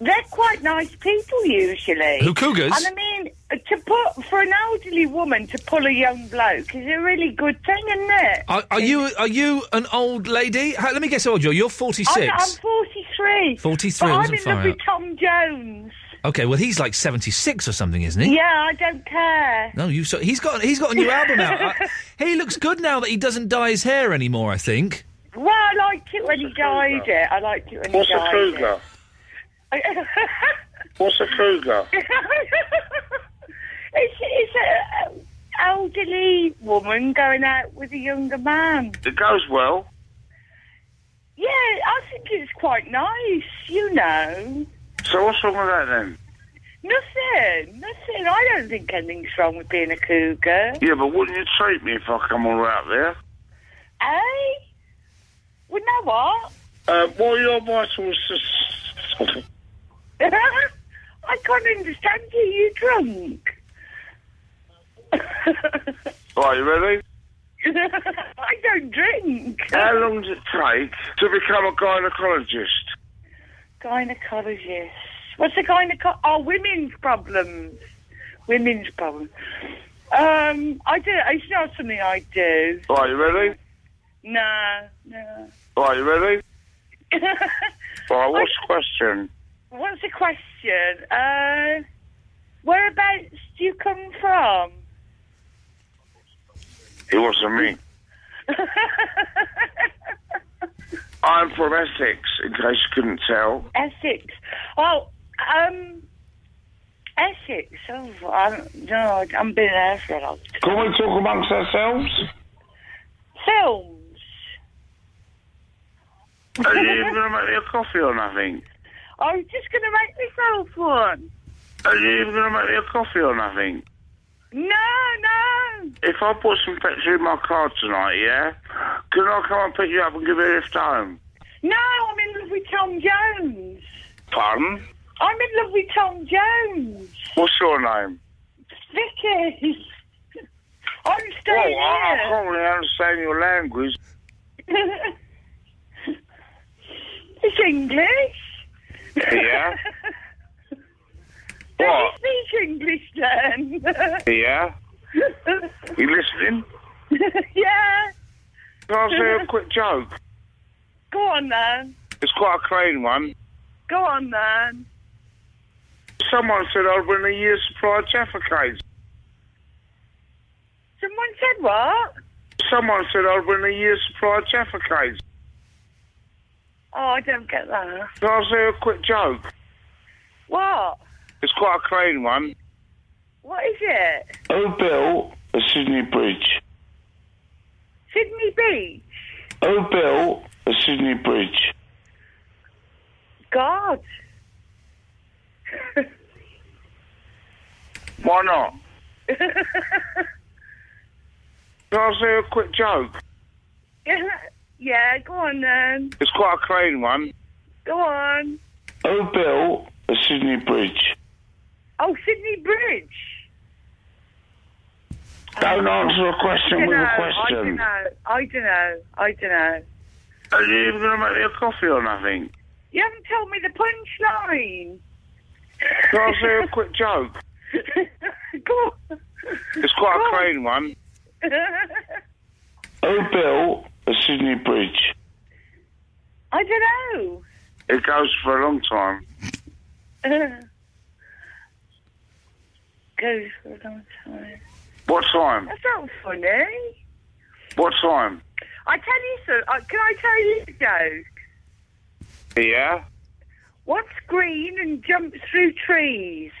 [SPEAKER 1] they're quite nice people usually.
[SPEAKER 4] Who, cougars?
[SPEAKER 1] And I mean, to put for an elderly woman to pull a young bloke is a really good thing, isn't it?
[SPEAKER 4] Are, are you are you an old lady? How, let me guess how old you're. You're forty-six.
[SPEAKER 1] I'm, I'm 43.
[SPEAKER 4] 43,
[SPEAKER 1] But
[SPEAKER 4] I
[SPEAKER 1] I'm
[SPEAKER 4] wasn't
[SPEAKER 1] in
[SPEAKER 4] far
[SPEAKER 1] love with
[SPEAKER 4] out.
[SPEAKER 1] Tom Jones.
[SPEAKER 4] Okay, well he's like seventy-six or something, isn't he?
[SPEAKER 1] Yeah, I don't care.
[SPEAKER 4] No, you. So he's got he's got a new album out. I- he looks good now that he doesn't dye his hair anymore. I think.
[SPEAKER 1] Well, I liked it when he dyed it. I liked it when
[SPEAKER 20] What's
[SPEAKER 1] he
[SPEAKER 20] a
[SPEAKER 1] dyed <laughs> it.
[SPEAKER 20] Kruger? What's a Kruger?
[SPEAKER 1] <laughs> it's it's an elderly woman going out with a younger man.
[SPEAKER 16] It goes well.
[SPEAKER 1] Yeah, I think it's quite nice, you know.
[SPEAKER 16] So what's wrong with that then?
[SPEAKER 1] Nothing, nothing. I don't think anything's wrong with being a cougar.
[SPEAKER 16] Yeah, but wouldn't you treat me if I come all out there?
[SPEAKER 1] Eh? Well, now what?
[SPEAKER 20] Uh, what are your vitals? to-
[SPEAKER 1] <laughs> I can't understand you. You drunk? <laughs>
[SPEAKER 16] Right, you ready?
[SPEAKER 1] I don't drink.
[SPEAKER 16] How long does it take to become a gynecologist?
[SPEAKER 1] Gynecologist. What's a gynecologist? Oh, women's problems. Women's problems. Um, I do. It's not something I do.
[SPEAKER 16] Right, you ready?
[SPEAKER 1] No, no.
[SPEAKER 16] Right, you ready? Right, what's the question?
[SPEAKER 1] <laughs> What's the question? Uh, whereabouts do you come from? <laughs>
[SPEAKER 16] It wasn't me. I'm from Essex, in case you couldn't tell.
[SPEAKER 1] Essex. Oh, um, Essex. Oh, I'm, no, I haven't been there for a long time.
[SPEAKER 16] Can we talk amongst ourselves?
[SPEAKER 1] Films.
[SPEAKER 16] Are you going to make me a coffee or nothing?
[SPEAKER 1] <laughs> I was just going to make myself one.
[SPEAKER 16] Are you even going to make me a coffee or nothing?
[SPEAKER 1] No, no.
[SPEAKER 16] If I put some petrol in my car tonight, yeah? Can I come and pick you up and give you a lift home?
[SPEAKER 1] No, I'm in love with Tom Jones.
[SPEAKER 16] Pardon?
[SPEAKER 1] I'm in love with Tom Jones.
[SPEAKER 16] What's your name?
[SPEAKER 1] Vicky. <laughs> I'm
[SPEAKER 16] Oh,
[SPEAKER 1] staying
[SPEAKER 16] I, I can't really understand your language.
[SPEAKER 1] here. it's English. <laughs>
[SPEAKER 16] Yeah?
[SPEAKER 1] Don't you
[SPEAKER 16] What?
[SPEAKER 1] speak English then?
[SPEAKER 16] Yeah? You listening?
[SPEAKER 1] <laughs> yeah.
[SPEAKER 16] Can I say a quick joke?
[SPEAKER 1] Go on then.
[SPEAKER 16] It's quite a clean one.
[SPEAKER 1] Go on then.
[SPEAKER 16] Someone said I'd win a year's supply of Jaffa cakes.
[SPEAKER 1] Someone said what?
[SPEAKER 16] Someone said I'd win a year's supply of Jaffa cakes.
[SPEAKER 1] Oh, I don't get that.
[SPEAKER 16] Can I say a quick joke?
[SPEAKER 1] What?
[SPEAKER 16] It's quite a clean one.
[SPEAKER 1] What is it?
[SPEAKER 16] Who built the Sydney Bridge?
[SPEAKER 1] Sydney Beach.
[SPEAKER 16] Who built the Sydney Bridge?
[SPEAKER 1] God. <laughs>
[SPEAKER 16] Why not? Can I say a quick joke?
[SPEAKER 1] yeah, yeah, go on then.
[SPEAKER 16] It's quite a clean one.
[SPEAKER 1] Go on.
[SPEAKER 16] Who built the Sydney Bridge?
[SPEAKER 1] Oh, Sydney Bridge.
[SPEAKER 16] Don't answer a
[SPEAKER 1] I
[SPEAKER 16] question
[SPEAKER 1] dunno,
[SPEAKER 16] with a
[SPEAKER 1] I don't
[SPEAKER 16] question.
[SPEAKER 1] know. I don't know. I don't know.
[SPEAKER 16] Are you even going to make me a coffee or nothing?
[SPEAKER 1] You haven't told me the punchline. <laughs>
[SPEAKER 16] Can I say a quick joke?
[SPEAKER 1] Go on.
[SPEAKER 16] It's quite a clean one. Who built the Sydney Bridge?
[SPEAKER 1] I don't
[SPEAKER 16] It goes for a long time.
[SPEAKER 1] <laughs> know. Goes for a long time.
[SPEAKER 16] What time?
[SPEAKER 1] That's not funny. I
[SPEAKER 16] What time?
[SPEAKER 1] tell you so. I can I tell you a joke?
[SPEAKER 16] Yeah?
[SPEAKER 1] What's green and jumps through trees?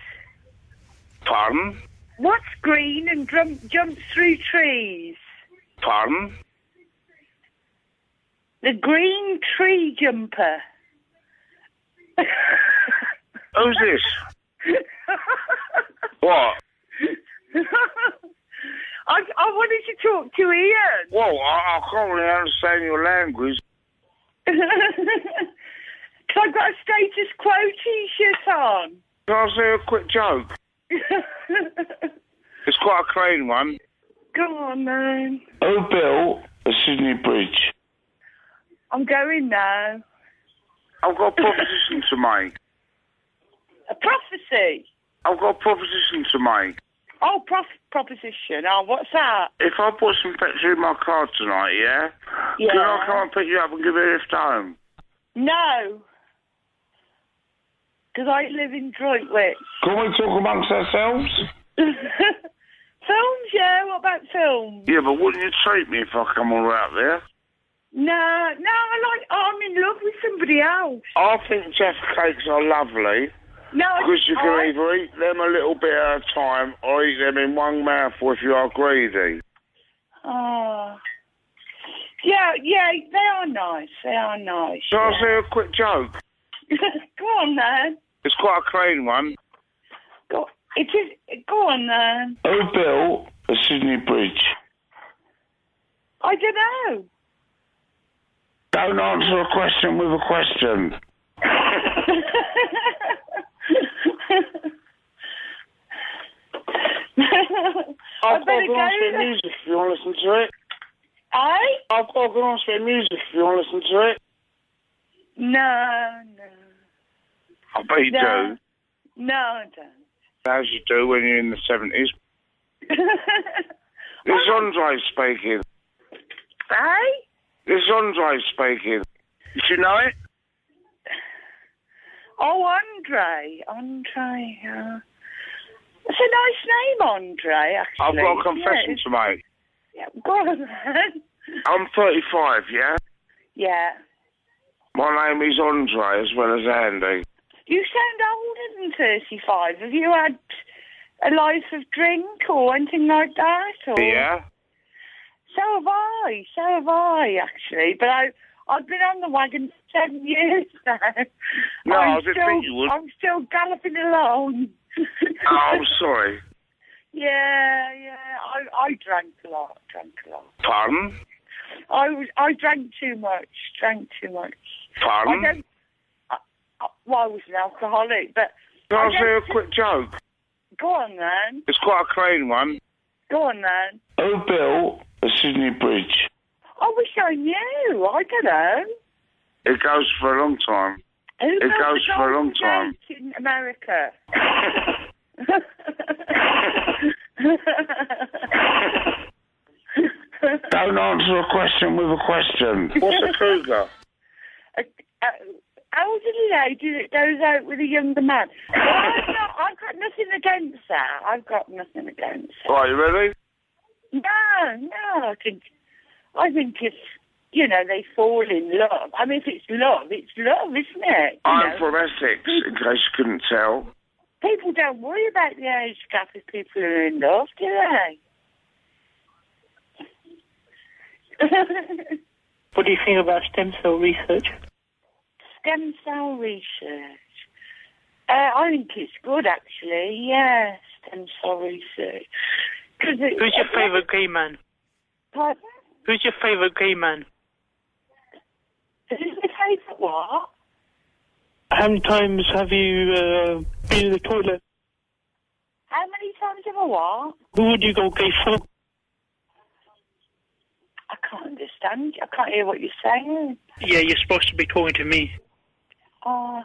[SPEAKER 16] Pardon?
[SPEAKER 1] What's green and drum, jumps through trees?
[SPEAKER 16] Pardon?
[SPEAKER 1] The green tree jumper. <laughs>
[SPEAKER 16] Who's this? What?
[SPEAKER 1] I, I wanted to talk to Ian. <laughs>
[SPEAKER 16] Well, I, I can't really understand your language.
[SPEAKER 1] Because I got a status quo t shirt on.
[SPEAKER 16] Can I say a quick joke? It's quite a clean one.
[SPEAKER 1] <laughs> Go on, man.
[SPEAKER 16] Who built the Sydney Bridge?
[SPEAKER 1] I'm going now.
[SPEAKER 16] I've got a proposition to make.
[SPEAKER 1] A prophecy.
[SPEAKER 16] I've got a proposition to make.
[SPEAKER 1] Oh, prof- proposition. Oh, what's that?
[SPEAKER 16] If I put some petrol in my car tonight, yeah?
[SPEAKER 1] Yeah.
[SPEAKER 16] Can I come and pick you up and give you a lift home?
[SPEAKER 1] No. Because I live in Droitwich.
[SPEAKER 16] Can we talk amongst ourselves?
[SPEAKER 1] films, yeah. What about films?
[SPEAKER 16] Yeah, but wouldn't you treat me if I come all the way out there?
[SPEAKER 1] No, no. I like. oh, I'm in love with somebody else.
[SPEAKER 16] I think Jeff cakes are lovely
[SPEAKER 1] No, I-
[SPEAKER 16] because you can
[SPEAKER 1] I-
[SPEAKER 16] either eat them a little bit at a time or eat them in one mouthful if you are greedy.
[SPEAKER 1] Oh. Yeah, yeah, they are nice. They are nice. <laughs>
[SPEAKER 16] Shall I say a eh, quick joke?
[SPEAKER 1] go on then.
[SPEAKER 16] It's quite a clean one.
[SPEAKER 1] Go. It is. Go on then.
[SPEAKER 16] Who built the Sydney Bridge?
[SPEAKER 1] I don't know.
[SPEAKER 16] Don't answer a question with a question.
[SPEAKER 1] I
[SPEAKER 16] I've got
[SPEAKER 1] better
[SPEAKER 16] to go on to
[SPEAKER 1] go.
[SPEAKER 16] the
[SPEAKER 1] then.
[SPEAKER 16] music if you want to listen to it.
[SPEAKER 1] I?
[SPEAKER 16] I've got to go on to the music if you want to listen to it.
[SPEAKER 1] No,
[SPEAKER 16] I bet you
[SPEAKER 1] no,
[SPEAKER 16] do.
[SPEAKER 1] no, I don't.
[SPEAKER 16] As you do when you're in the 70s.
[SPEAKER 1] <laughs>
[SPEAKER 16] This is Andre speaking.
[SPEAKER 1] Hey?
[SPEAKER 16] This is Andre speaking. Did you know it?
[SPEAKER 1] Oh, Andre, Andre. Uh, it's a nice name, Andre. Actually,
[SPEAKER 16] I've got a
[SPEAKER 1] Yeah,
[SPEAKER 16] confession
[SPEAKER 1] it's-
[SPEAKER 16] to make.
[SPEAKER 1] Yeah, go on, man.
[SPEAKER 16] I'm 35, yeah?
[SPEAKER 1] <laughs> Yeah,
[SPEAKER 16] My name is Andre as well as
[SPEAKER 1] <laughs>
[SPEAKER 16] Andy.
[SPEAKER 1] you sound older than thirty-five. Have you had a life of drink or anything like that? Or?
[SPEAKER 16] Yeah?
[SPEAKER 1] So have I. So have I, actually. But I, I've been on the wagon for ten <laughs> years now.
[SPEAKER 16] No, I
[SPEAKER 1] I'm
[SPEAKER 16] didn't
[SPEAKER 1] still,
[SPEAKER 16] think you would.
[SPEAKER 1] I'm still galloping along.
[SPEAKER 16] Oh, I'm sorry.
[SPEAKER 1] Yeah, yeah. I, I drank a lot. Drank a lot.
[SPEAKER 16] Pardon?
[SPEAKER 1] I was. I drank too much. Drank too much. I
[SPEAKER 16] Pardon?
[SPEAKER 1] don't. I, I, well, I was an alcoholic, but
[SPEAKER 16] Can
[SPEAKER 1] I
[SPEAKER 16] I
[SPEAKER 1] don't
[SPEAKER 16] say
[SPEAKER 1] think-
[SPEAKER 16] a quick joke?
[SPEAKER 1] go on then.
[SPEAKER 16] It's quite a clean one.
[SPEAKER 1] Go on then.
[SPEAKER 16] Who built the Sydney Bridge?
[SPEAKER 1] I wish I knew. I don't know.
[SPEAKER 16] It goes for a long time.
[SPEAKER 1] Who
[SPEAKER 16] It
[SPEAKER 1] built the
[SPEAKER 16] goes for a long
[SPEAKER 1] Golden
[SPEAKER 16] time.
[SPEAKER 1] Gate In
[SPEAKER 16] <laughs>
[SPEAKER 1] America.
[SPEAKER 16] Don't answer a question with a question. What's a cougar?
[SPEAKER 1] Uh, elderly lady that goes out with a younger man. Well, I've, not, I've got nothing against that. I've got nothing against.
[SPEAKER 16] Right, you ready?
[SPEAKER 1] No, no. I think, I think it's you know they fall in love. I mean, if it's love, it's love, isn't it? You
[SPEAKER 16] I'm
[SPEAKER 1] know,
[SPEAKER 16] from Essex, in case you couldn't tell.
[SPEAKER 1] people don't worry about the age gap if people are in love, do they?
[SPEAKER 17] What do you think about stem cell research?
[SPEAKER 1] stem cell research. Uh, I think it's good, actually. Yeah, stem cell research. Cause it,
[SPEAKER 12] Who's your favourite gay man?
[SPEAKER 1] Pardon?
[SPEAKER 12] Who's your favourite gay man?
[SPEAKER 1] Who's my favourite what?
[SPEAKER 17] How many times have you uh, been in the toilet?
[SPEAKER 1] How many times have I what?
[SPEAKER 17] Who would you go gay for?
[SPEAKER 1] I can't understand. I can't hear what you're saying.
[SPEAKER 12] Yeah, you're supposed to be talking to me.
[SPEAKER 1] Uh,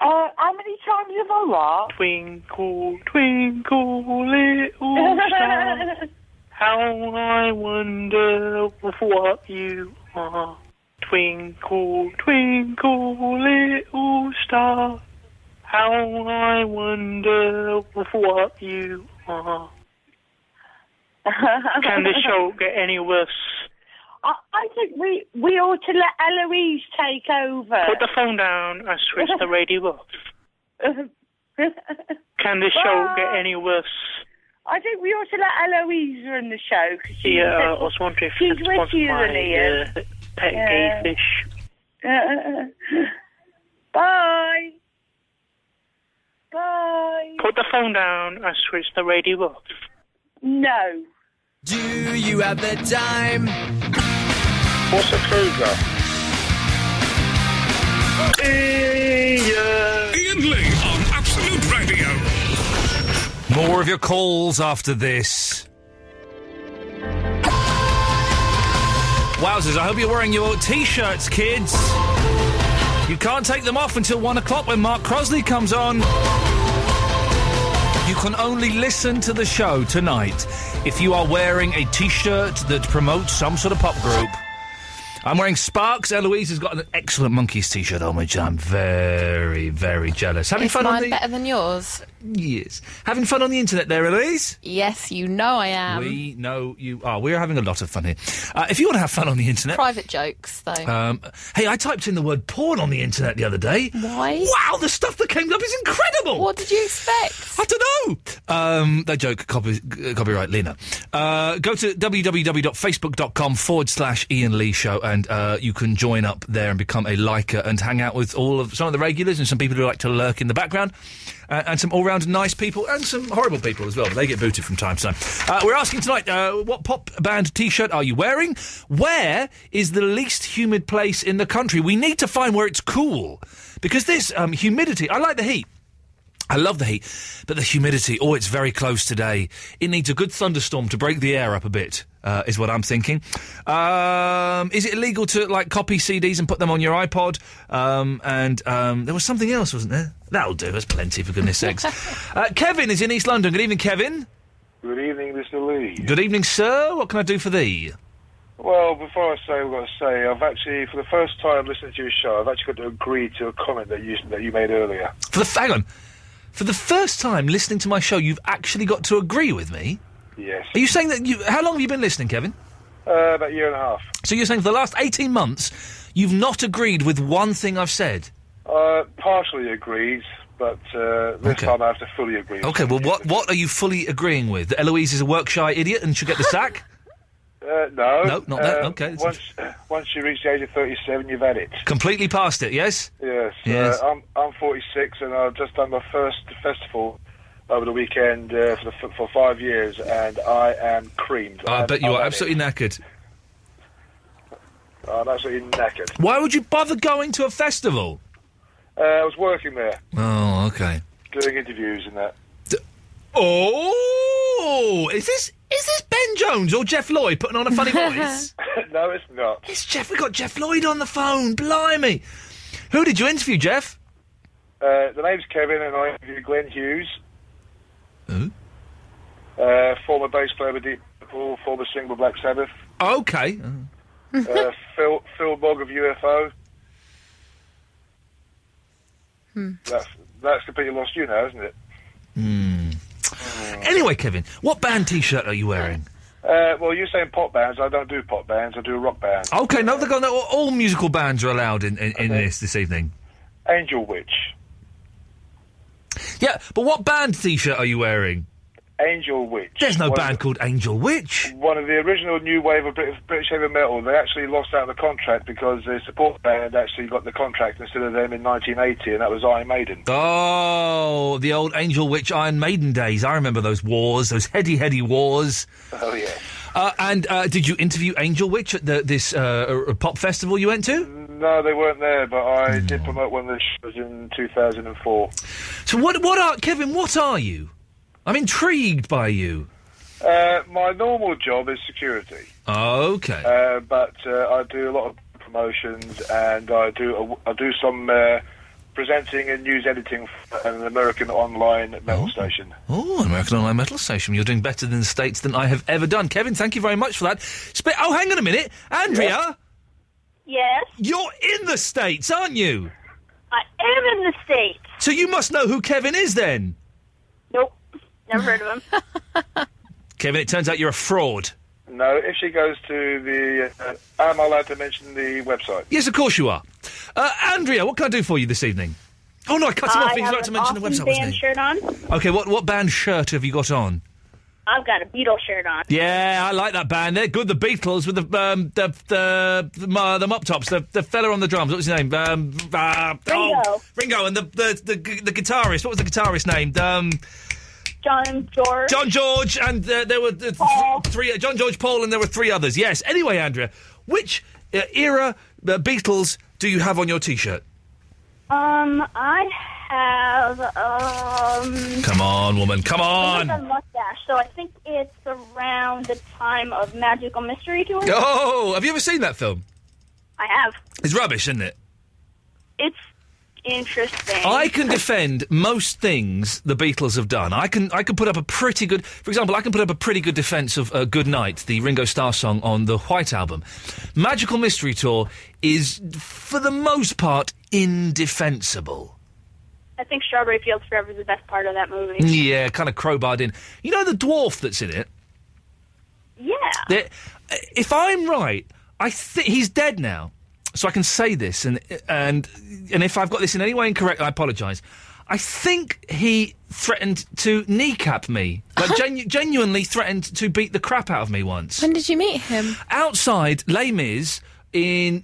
[SPEAKER 1] uh, how many times have I what?
[SPEAKER 12] Twinkle, twinkle, little star,
[SPEAKER 1] <laughs>
[SPEAKER 12] how I wonder what you are. Twinkle, twinkle, little star, how I wonder what you are. Can
[SPEAKER 1] <laughs>
[SPEAKER 12] the show get any worse?
[SPEAKER 1] I, I think we, we ought to let Eloise take over.
[SPEAKER 12] Put the phone down and switch the radio off.
[SPEAKER 1] <laughs>
[SPEAKER 12] Can the show get any worse?
[SPEAKER 1] I think we ought to let Eloise run the show. 'cause she's
[SPEAKER 12] Yeah, I
[SPEAKER 1] a bit-
[SPEAKER 12] was wondering if
[SPEAKER 1] she's
[SPEAKER 12] that's
[SPEAKER 1] with
[SPEAKER 12] one of
[SPEAKER 1] you,
[SPEAKER 12] my,
[SPEAKER 1] Ian.
[SPEAKER 12] uh, pet
[SPEAKER 1] Yeah.
[SPEAKER 12] gay fish.
[SPEAKER 1] <laughs> Bye. Bye.
[SPEAKER 12] Put the phone down and switch the radio off.
[SPEAKER 1] No.
[SPEAKER 21] Do you have the time?
[SPEAKER 16] What's a cougar?
[SPEAKER 2] Ian Lee on Absolute Radio.
[SPEAKER 4] More of your calls after this. Wowzers, I hope you're wearing your t shirts, kids. You can't take them off until one o'clock when Mark Crosley comes on. You can only listen to the show tonight if you are wearing a t shirt that promotes some sort of pop group. I'm wearing Sparks. Eloise has got an excellent Monkeys t shirt on, which I'm very, very jealous. Having
[SPEAKER 6] Is
[SPEAKER 4] fun
[SPEAKER 6] mine
[SPEAKER 4] on the.
[SPEAKER 6] better than yours?
[SPEAKER 4] Yes. Having fun on the internet there, Eloise?
[SPEAKER 6] Yes, you know I am.
[SPEAKER 4] We know you are. We're having a lot of fun here. Uh, if you want to have fun on the internet.
[SPEAKER 6] Private jokes, though.
[SPEAKER 4] Um, hey, I typed in the word porn on the internet the other day.
[SPEAKER 6] Why?
[SPEAKER 4] Wow, the stuff that came up is incredible!
[SPEAKER 6] What did you expect?
[SPEAKER 4] I don't know! Um, that joke, copy, uh, copyright Lena. Uh, go to www.facebook.com forward slash Ian Lee Show and uh, you can join up there and become a liker and hang out with all of some of the regulars and some people who like to lurk in the background uh, and some all round nice people and some horrible people as well, but they get booted from time to time. Uh, we're asking tonight uh, what pop band t shirt are you wearing? Where is the least humid place in the country? We need to find where it's cool because this um, humidity, I like the heat. I love the heat, but the humidity, oh, it's very close today. It needs a good thunderstorm to break the air up a bit, uh, is what I'm thinking. Um, is it illegal to, like, copy CDs and put them on your iPod? Um, and um, there was something else, wasn't there? That'll do. There's plenty, for goodness sakes. Uh, Kevin is in East London. Good evening, Kevin.
[SPEAKER 22] Good evening, Mr. Lee.
[SPEAKER 4] Good evening, sir. What can I do for thee?
[SPEAKER 22] Well, before I say what I've got to say, I've actually, for the first time listening to your show, I've actually got to agree to a comment that you that you made earlier.
[SPEAKER 4] For the, hang on. For the first time listening to my show, you've actually got to agree with me.
[SPEAKER 22] Yes.
[SPEAKER 4] Are you saying that you. How long have you been listening, Kevin?
[SPEAKER 22] Uh, about a year and a half.
[SPEAKER 4] So you're saying for the last 18 months, you've not agreed with one thing I've said?
[SPEAKER 22] Uh, partially agreed, but uh, this time I have to fully agree.
[SPEAKER 4] Okay, well, what, what are you fully agreeing with? That Eloise is a work shy idiot and should get the
[SPEAKER 22] <laughs>
[SPEAKER 4] sack?
[SPEAKER 22] Uh, no.
[SPEAKER 4] No, not that,
[SPEAKER 22] Uh,
[SPEAKER 4] okay, that's
[SPEAKER 22] Once once you reach the age of 37, you've had it.
[SPEAKER 4] Completely past it, yes?
[SPEAKER 22] Yes.
[SPEAKER 4] Yes.
[SPEAKER 22] Uh, I'm, I'm 46 and I've just done my first festival over the weekend uh, for, the, for, for five years and I am creamed.
[SPEAKER 4] I
[SPEAKER 22] I'm-
[SPEAKER 4] bet you
[SPEAKER 22] I'm
[SPEAKER 4] are
[SPEAKER 22] at Uh, it.
[SPEAKER 4] absolutely knackered.
[SPEAKER 22] I'm absolutely knackered.
[SPEAKER 4] Why would you bother going to a festival?
[SPEAKER 22] Uh, I was working there,
[SPEAKER 4] Oh, okay.
[SPEAKER 22] doing interviews and that.
[SPEAKER 4] Oh! Is this is this Ben Jones or Jeff Lloyd putting on a
[SPEAKER 22] <laughs>
[SPEAKER 4] funny voice?
[SPEAKER 22] no, it's not.
[SPEAKER 4] It's Jeff. We got Jeff Lloyd on the phone. Blimey. Who did you interview, Jeff?
[SPEAKER 22] Uh, the name's Kevin, and I interviewed Glenn Hughes,
[SPEAKER 4] Who?
[SPEAKER 22] uh, former bass player with Deep Purple, former singer with Black Sabbath,
[SPEAKER 4] Okay. Oh.
[SPEAKER 22] uh, Phil Phil Bog of UFO. That's that's completely lost you now, isn't it?
[SPEAKER 4] Hmm. Anyway, Kevin, what band T-shirt are you wearing?
[SPEAKER 22] Uh, well, you're saying pop bands. I don't do pop bands. I do rock bands.
[SPEAKER 4] Okay, no, they're gonna, all, all musical bands are allowed in, in, in this this evening.
[SPEAKER 22] Angel Witch.
[SPEAKER 4] Yeah, but what band T-shirt are you wearing?
[SPEAKER 22] Angel Witch.
[SPEAKER 4] There's no
[SPEAKER 22] One of
[SPEAKER 4] band called Angel Witch.
[SPEAKER 22] one of the original new wave of British, British heavy metal. They actually lost out the contract because their support band actually got the contract instead of them in 1980, and that was Iron Maiden.
[SPEAKER 4] Oh, the old Angel Witch Iron Maiden days. I remember those wars, those heady, heady wars.
[SPEAKER 22] Oh yeah.
[SPEAKER 4] Uh, and uh, did you interview Angel Witch at the, this uh, uh, pop festival you went to?
[SPEAKER 22] No, they weren't there, but I did promote one of the shows in 2004.
[SPEAKER 4] So what? What are Kevin? What are you? I'm intrigued by you.
[SPEAKER 22] Uh, my normal job is security,
[SPEAKER 4] Okay.
[SPEAKER 22] uh, but uh, I do a lot of promotions and I do I do some uh, presenting and news editing for an American online metal station.
[SPEAKER 4] Oh, American Online Metal Station. You're doing better than the States than I have ever done. Kevin, thank you very much for that. Sp- oh, hang on a minute. Andrea,
[SPEAKER 23] Yes,
[SPEAKER 4] you're in the States, aren't you?
[SPEAKER 23] I am in the state.
[SPEAKER 4] So you must know who Kevin is then.
[SPEAKER 23] Nope, never heard of him.
[SPEAKER 4] Kevin, it turns out you're a fraud.
[SPEAKER 22] No, if she goes to the, uh, am I allowed to mention the website?
[SPEAKER 4] Yes, of course you are. Uh, Andrea, what can I do for you this evening? Oh, no, I <laughs> cut him off.
[SPEAKER 23] I
[SPEAKER 4] He's
[SPEAKER 23] have
[SPEAKER 4] about to
[SPEAKER 23] an
[SPEAKER 4] mention the
[SPEAKER 23] awesome
[SPEAKER 4] website,
[SPEAKER 23] band
[SPEAKER 4] wasn't he?
[SPEAKER 23] shirt on.
[SPEAKER 4] Okay, what, what band shirt have you got on?
[SPEAKER 23] I've got a Beatles shirt on.
[SPEAKER 4] Yeah, I like that band. They're good. The Beatles with the um, the the the, uh, the mop tops. The, the fella on the drums. What was his name? Um, uh,
[SPEAKER 23] Ringo.
[SPEAKER 4] Ringo and the, the the gu- the guitarist. What was the guitarist named? Um,
[SPEAKER 23] John George.
[SPEAKER 4] John George and uh, there were uh, th- three. uh, John George Paul and there were three others. Yes. Anyway, Andrea, which uh, era uh, Beatles do you have on your T-shirt?
[SPEAKER 23] Um, I have um.
[SPEAKER 4] Come on, woman. Come
[SPEAKER 23] I have
[SPEAKER 4] on.
[SPEAKER 23] a mustache, so I think it's around the time of Magical Mystery Tour.
[SPEAKER 4] Oh, have you ever seen that film?
[SPEAKER 23] I have.
[SPEAKER 4] It's rubbish, isn't it?
[SPEAKER 23] It's interesting.
[SPEAKER 4] I can defend most things the Beatles have done. I can I can put up a pretty good, for example, I can put up a pretty good defence of uh, "Good Night," the Ringo Starr song on the White album. Magical Mystery Tour is, for the most part, indefensible.
[SPEAKER 23] I think Strawberry Fields Forever is the best part of that movie.
[SPEAKER 4] Yeah, kind of crowbarred in. You know the dwarf that's in it.
[SPEAKER 23] Yeah.
[SPEAKER 4] There- if I'm right, I think he's dead now, so I can say this. And and and if I've got this in any way incorrect, I apologise. I think he threatened to kneecap me, like genu- genuinely threatened to beat the crap out of me once.
[SPEAKER 6] Uh-huh. When did you meet him?
[SPEAKER 4] Outside Les Mis in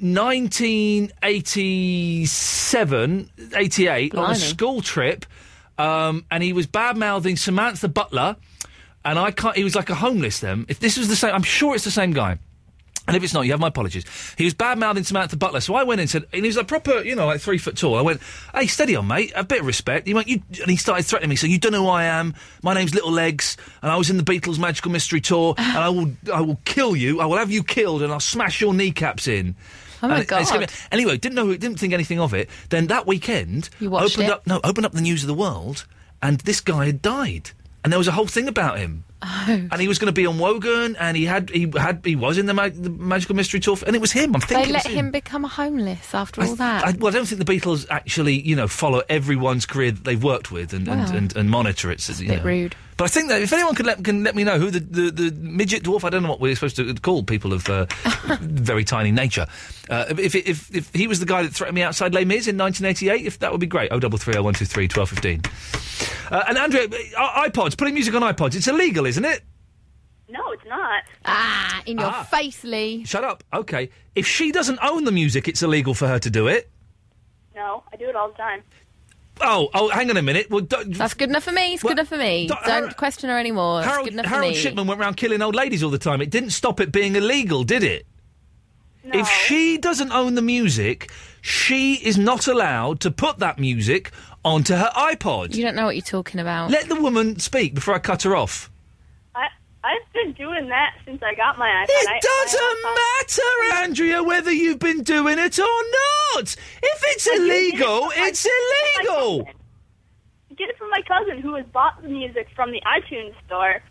[SPEAKER 4] 1987, 88, on a
[SPEAKER 6] Blimey.
[SPEAKER 4] school trip, um, and he was bad mouthing Samantha Butler, and I can't. He was like a homeless. Them. If this was the same, I'm sure it's the same guy. And if it's not, you have my apologies. He was bad mouthing Samantha Butler, so I went in and said, and he was a proper, you know, like three foot tall. I went, hey, steady on, mate, a bit of respect. He went, you, and he started threatening me, so you don't know who I am. My name's Little Legs, and I was in the Beatles Magical
[SPEAKER 6] <sighs>
[SPEAKER 4] Mystery Tour, and I will, I will kill you. I will have you killed, and I'll smash your kneecaps in.
[SPEAKER 6] Oh, my
[SPEAKER 4] And it- and it's
[SPEAKER 6] God.
[SPEAKER 4] gonna be- Anyway, didn't know, didn't think anything of it. Then that weekend,
[SPEAKER 6] You watched
[SPEAKER 4] opened
[SPEAKER 6] it?
[SPEAKER 4] up, no, opened up the news of the world, and this guy had died, and there was a whole thing about him
[SPEAKER 6] Oh.
[SPEAKER 4] and he was going to be on Wogan, and he had he had he was in the, mag- the Magical Mystery Tour, and it was him. I'm thinking
[SPEAKER 6] They
[SPEAKER 4] it was
[SPEAKER 6] let him become homeless after all that.
[SPEAKER 4] I, well, I don't think the Beatles actually, you know, follow everyone's career that they've worked with and,
[SPEAKER 6] Well,
[SPEAKER 4] and, and, and monitor it. So, you
[SPEAKER 6] a bit
[SPEAKER 4] know.
[SPEAKER 6] rude.
[SPEAKER 4] But I think that if anyone could let, can let me know who the, the, the midget dwarf, I don't know what we're supposed to call people
[SPEAKER 6] <laughs>
[SPEAKER 4] of uh, very tiny nature. Uh, if, if, if he was the guy that threatened me outside Les Mis in 1988, if that would be great. Oh, 0330 1215. Uh, and Andrea, i- iPods, putting music on iPods, it's illegal, isn't it?
[SPEAKER 23] No, it's not.
[SPEAKER 6] Ah, in your
[SPEAKER 4] Ah.
[SPEAKER 6] face, Lee.
[SPEAKER 4] Shut up. Okay. If she doesn't own the music, it's illegal for her to do it.
[SPEAKER 23] No, I do it all the time.
[SPEAKER 4] Oh, oh, hang on a minute. Well, do-
[SPEAKER 6] That's good enough for me. It's good enough for me. Don't question her anymore. it's
[SPEAKER 4] Harold,
[SPEAKER 6] good enough
[SPEAKER 4] Harold
[SPEAKER 6] for me.
[SPEAKER 4] Shipman went round killing old ladies all the time. It didn't stop it being illegal, did it? If she doesn't own the music, she is not allowed to put that music onto her iPod.
[SPEAKER 6] You don't know what you're talking about.
[SPEAKER 4] Let the woman speak before I cut her off.
[SPEAKER 23] I I've been doing that since I got my iPhone. I-
[SPEAKER 4] It doesn't matter, Andrea, whether you've been doing it or not. If it's illegal, it's illegal.
[SPEAKER 23] I get it from my cousin who has bought the music from the iTunes store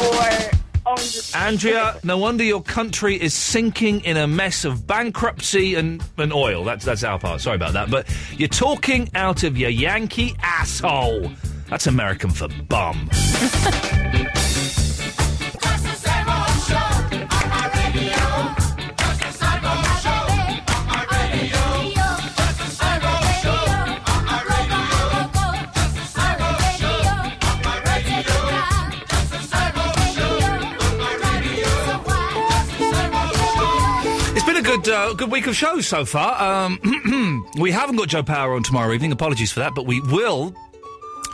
[SPEAKER 23] or owns. the
[SPEAKER 4] Andrea, no wonder your country is sinking in a mess of bankruptcy and, and oil. That's that's our part. Sorry about that, but you're talking out of your Yankee asshole. That's American for bum. good uh, good week of shows so far. Um, <clears throat> we haven't got Joe Power on tomorrow evening. Apologies for that, but we will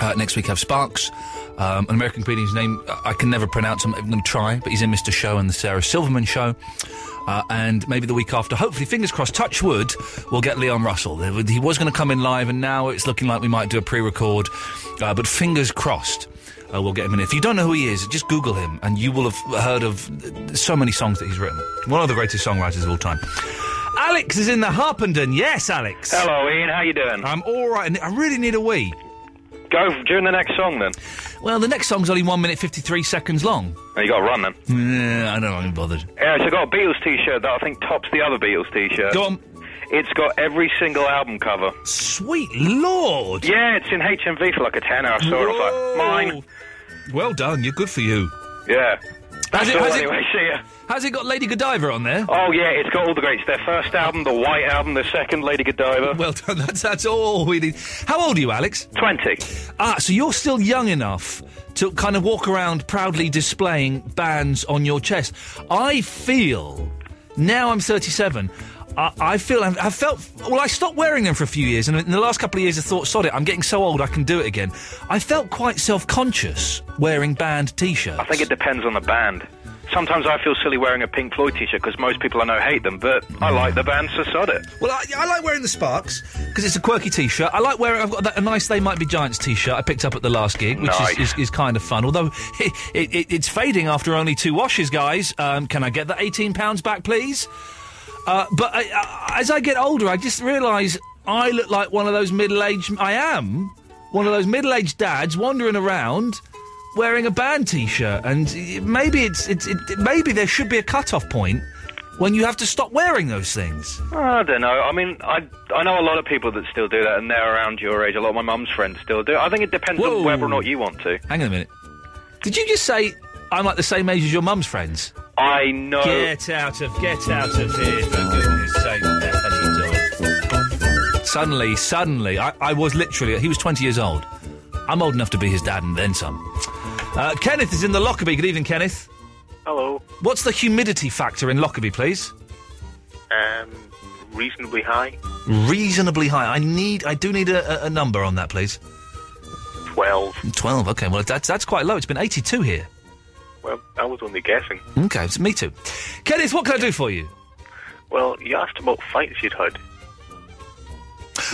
[SPEAKER 4] uh, next week have Sparks, um, an American comedian's name. I- I can never pronounce him. I'm going to try, but he's in Mr. Show and the Sarah Silverman Show. Uh, and maybe the week after, hopefully, fingers crossed, touch wood, we'll get Leon Russell. There was- He was going to come in live, and now it's looking like we might do a pre record. Uh, but fingers crossed, uh, we'll get him in. If you don't know who he is, just Google him, and you will have heard of uh, so many songs that he's written. One of the greatest songwriters of all time. Alex is in the Harpenden. Yes, Alex.
[SPEAKER 24] Hello, Ian. How you doing?
[SPEAKER 4] I'm all right, and I really need a wee.
[SPEAKER 24] Go f- during the next song then.
[SPEAKER 4] Well, the next song's only one minute fifty-three seconds long.
[SPEAKER 24] Oh, you got to run then.
[SPEAKER 4] Yeah, I don't know. I'm bothered.
[SPEAKER 24] Yeah, so I got a Beatles T-shirt that I think tops the other Beatles T-shirt.
[SPEAKER 4] Go on.
[SPEAKER 24] It's got every single album cover.
[SPEAKER 4] Sweet lord.
[SPEAKER 24] Yeah, it's in HMV for like a tenner. I saw it. I was like, mine.
[SPEAKER 4] Well done. You're good for you.
[SPEAKER 24] Yeah.
[SPEAKER 4] Has it-
[SPEAKER 24] So
[SPEAKER 4] has it-
[SPEAKER 24] anyway, <laughs> see ya.
[SPEAKER 4] Has it got Lady Godiva on there?
[SPEAKER 24] Oh yeah, it's got all the greats. Their first album, the White Album, their second, Lady Godiva.
[SPEAKER 4] Well done. <laughs> That's that's all we need. How old are you, Alex?
[SPEAKER 24] Twenty.
[SPEAKER 4] Ah, so you're still young enough to kind of walk around proudly displaying bands on your chest. I feel now I'm 37. I, I feel I've, I've felt well. I stopped wearing them for a few years, and in the last couple of years, I thought, "Sod it, I'm getting so old, I can do it again." I felt quite self-conscious wearing band T-shirts.
[SPEAKER 24] I think it depends on the band. Sometimes I feel silly wearing a Pink Floyd T-shirt because most people I know hate them, but I like the band, so sod it.
[SPEAKER 4] Well, I, I like wearing the Sparks because it's a quirky T-shirt. I like wearing. I've got that, a nice "They Might Be Giants" T-shirt I picked up at the last gig, which
[SPEAKER 24] Nice.
[SPEAKER 4] is, is, is kind of fun. Although <laughs> it, it, it's fading after only two washes, guys. Um, can I get that eighteen pounds back, please? Uh, but I, I, as I get older, I just realise I look like one of those middle-aged. I am one of those middle-aged dads wandering around wearing a band T-shirt, and eh, maybe it's, it's it, maybe there should be a cut-off point when you have to stop wearing those things.
[SPEAKER 24] I don't know. I mean, I I know a lot of people that still do that, and they're around your age. A lot of my mum's friends still do. I think it depends
[SPEAKER 4] Whoa.
[SPEAKER 24] on whether or not you want to.
[SPEAKER 4] Hang on a minute. Did you just say I'm like the same age as your mum's friends?
[SPEAKER 24] I know.
[SPEAKER 4] Get out of get out of here, for goodness sake. Suddenly, suddenly, I, I was literally, he was 20 years old. I'm old enough to be his dad and then some. Uh, Kenneth is in the Lockerbie. Good evening, Kenneth.
[SPEAKER 10] Hello.
[SPEAKER 4] What's the humidity factor in Lockerbie, please?
[SPEAKER 10] Um, reasonably high.
[SPEAKER 4] Reasonably high. I need, I do need a, a, a number on that, please.
[SPEAKER 10] 12.
[SPEAKER 4] 12, okay. Well, that's, that's quite low. It's been 82 here.
[SPEAKER 10] Well, I was only guessing.
[SPEAKER 4] Okay, it's me too. Kenneth, what can I do
[SPEAKER 10] <laughs>
[SPEAKER 4] for you?
[SPEAKER 10] Well, you asked about fights you'd had.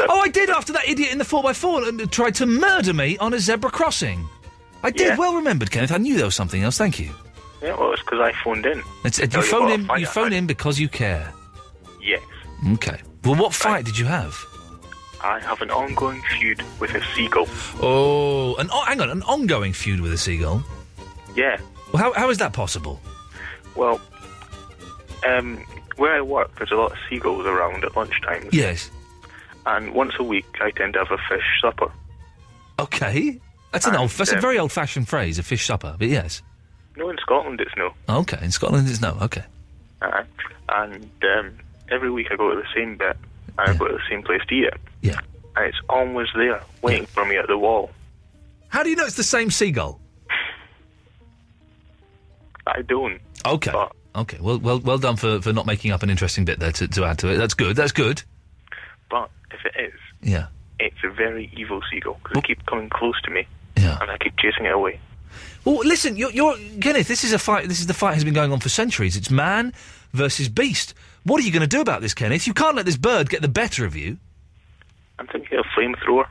[SPEAKER 4] Oh, I did after that idiot in the 4x4 and tried to murder me on a zebra crossing. I did.
[SPEAKER 10] Yeah.
[SPEAKER 4] Well remembered, Kenneth. I knew there was something else. Thank you.
[SPEAKER 10] Yeah, well, it's because I phoned in.
[SPEAKER 4] It's, uh,
[SPEAKER 10] To tell
[SPEAKER 4] you phone
[SPEAKER 10] what a
[SPEAKER 4] in.
[SPEAKER 10] fight
[SPEAKER 4] You
[SPEAKER 10] I
[SPEAKER 4] phone in because you care.
[SPEAKER 10] had. Yes.
[SPEAKER 4] Okay. Well, what fight did you have?
[SPEAKER 10] I have an ongoing feud with a seagull.
[SPEAKER 4] Oh, an oh, hang on, an ongoing feud with a seagull.
[SPEAKER 10] Yeah.
[SPEAKER 4] Well, how, how is that possible?
[SPEAKER 10] Well, um, where I work, there's a lot of seagulls around at lunchtime.
[SPEAKER 4] Yes.
[SPEAKER 10] And once a week, I tend to have a fish supper.
[SPEAKER 4] Okay. That's an
[SPEAKER 10] Uh,
[SPEAKER 4] old. That's a
[SPEAKER 10] yeah.
[SPEAKER 4] very old-fashioned phrase, a fish supper. But yes.
[SPEAKER 10] No, in Scotland, it's no.
[SPEAKER 4] Okay. In Scotland, it's no. Okay.
[SPEAKER 10] Uh, and um, every week I go to the same bit and I go to the same place to eat it.
[SPEAKER 4] Yeah.
[SPEAKER 10] And it's always there, waiting for me at the wall.
[SPEAKER 4] How do you know it's the same seagull?
[SPEAKER 10] I don't.
[SPEAKER 4] Okay. Okay. Well, well, well done for, for not making up an interesting bit there to, to add to it. That's good. That's good.
[SPEAKER 10] But if it is,
[SPEAKER 4] Yeah.
[SPEAKER 10] it's a very evil seagull because it keeps coming close to me and I keep chasing it away.
[SPEAKER 4] Well, listen, you're, you're Kenneth. This is a fight. This is the fight that has been going on for centuries. It's man versus beast. What are you going to do about this, Kenneth? You can't let this bird get the better of you.
[SPEAKER 10] I'm thinking of a flamethrower.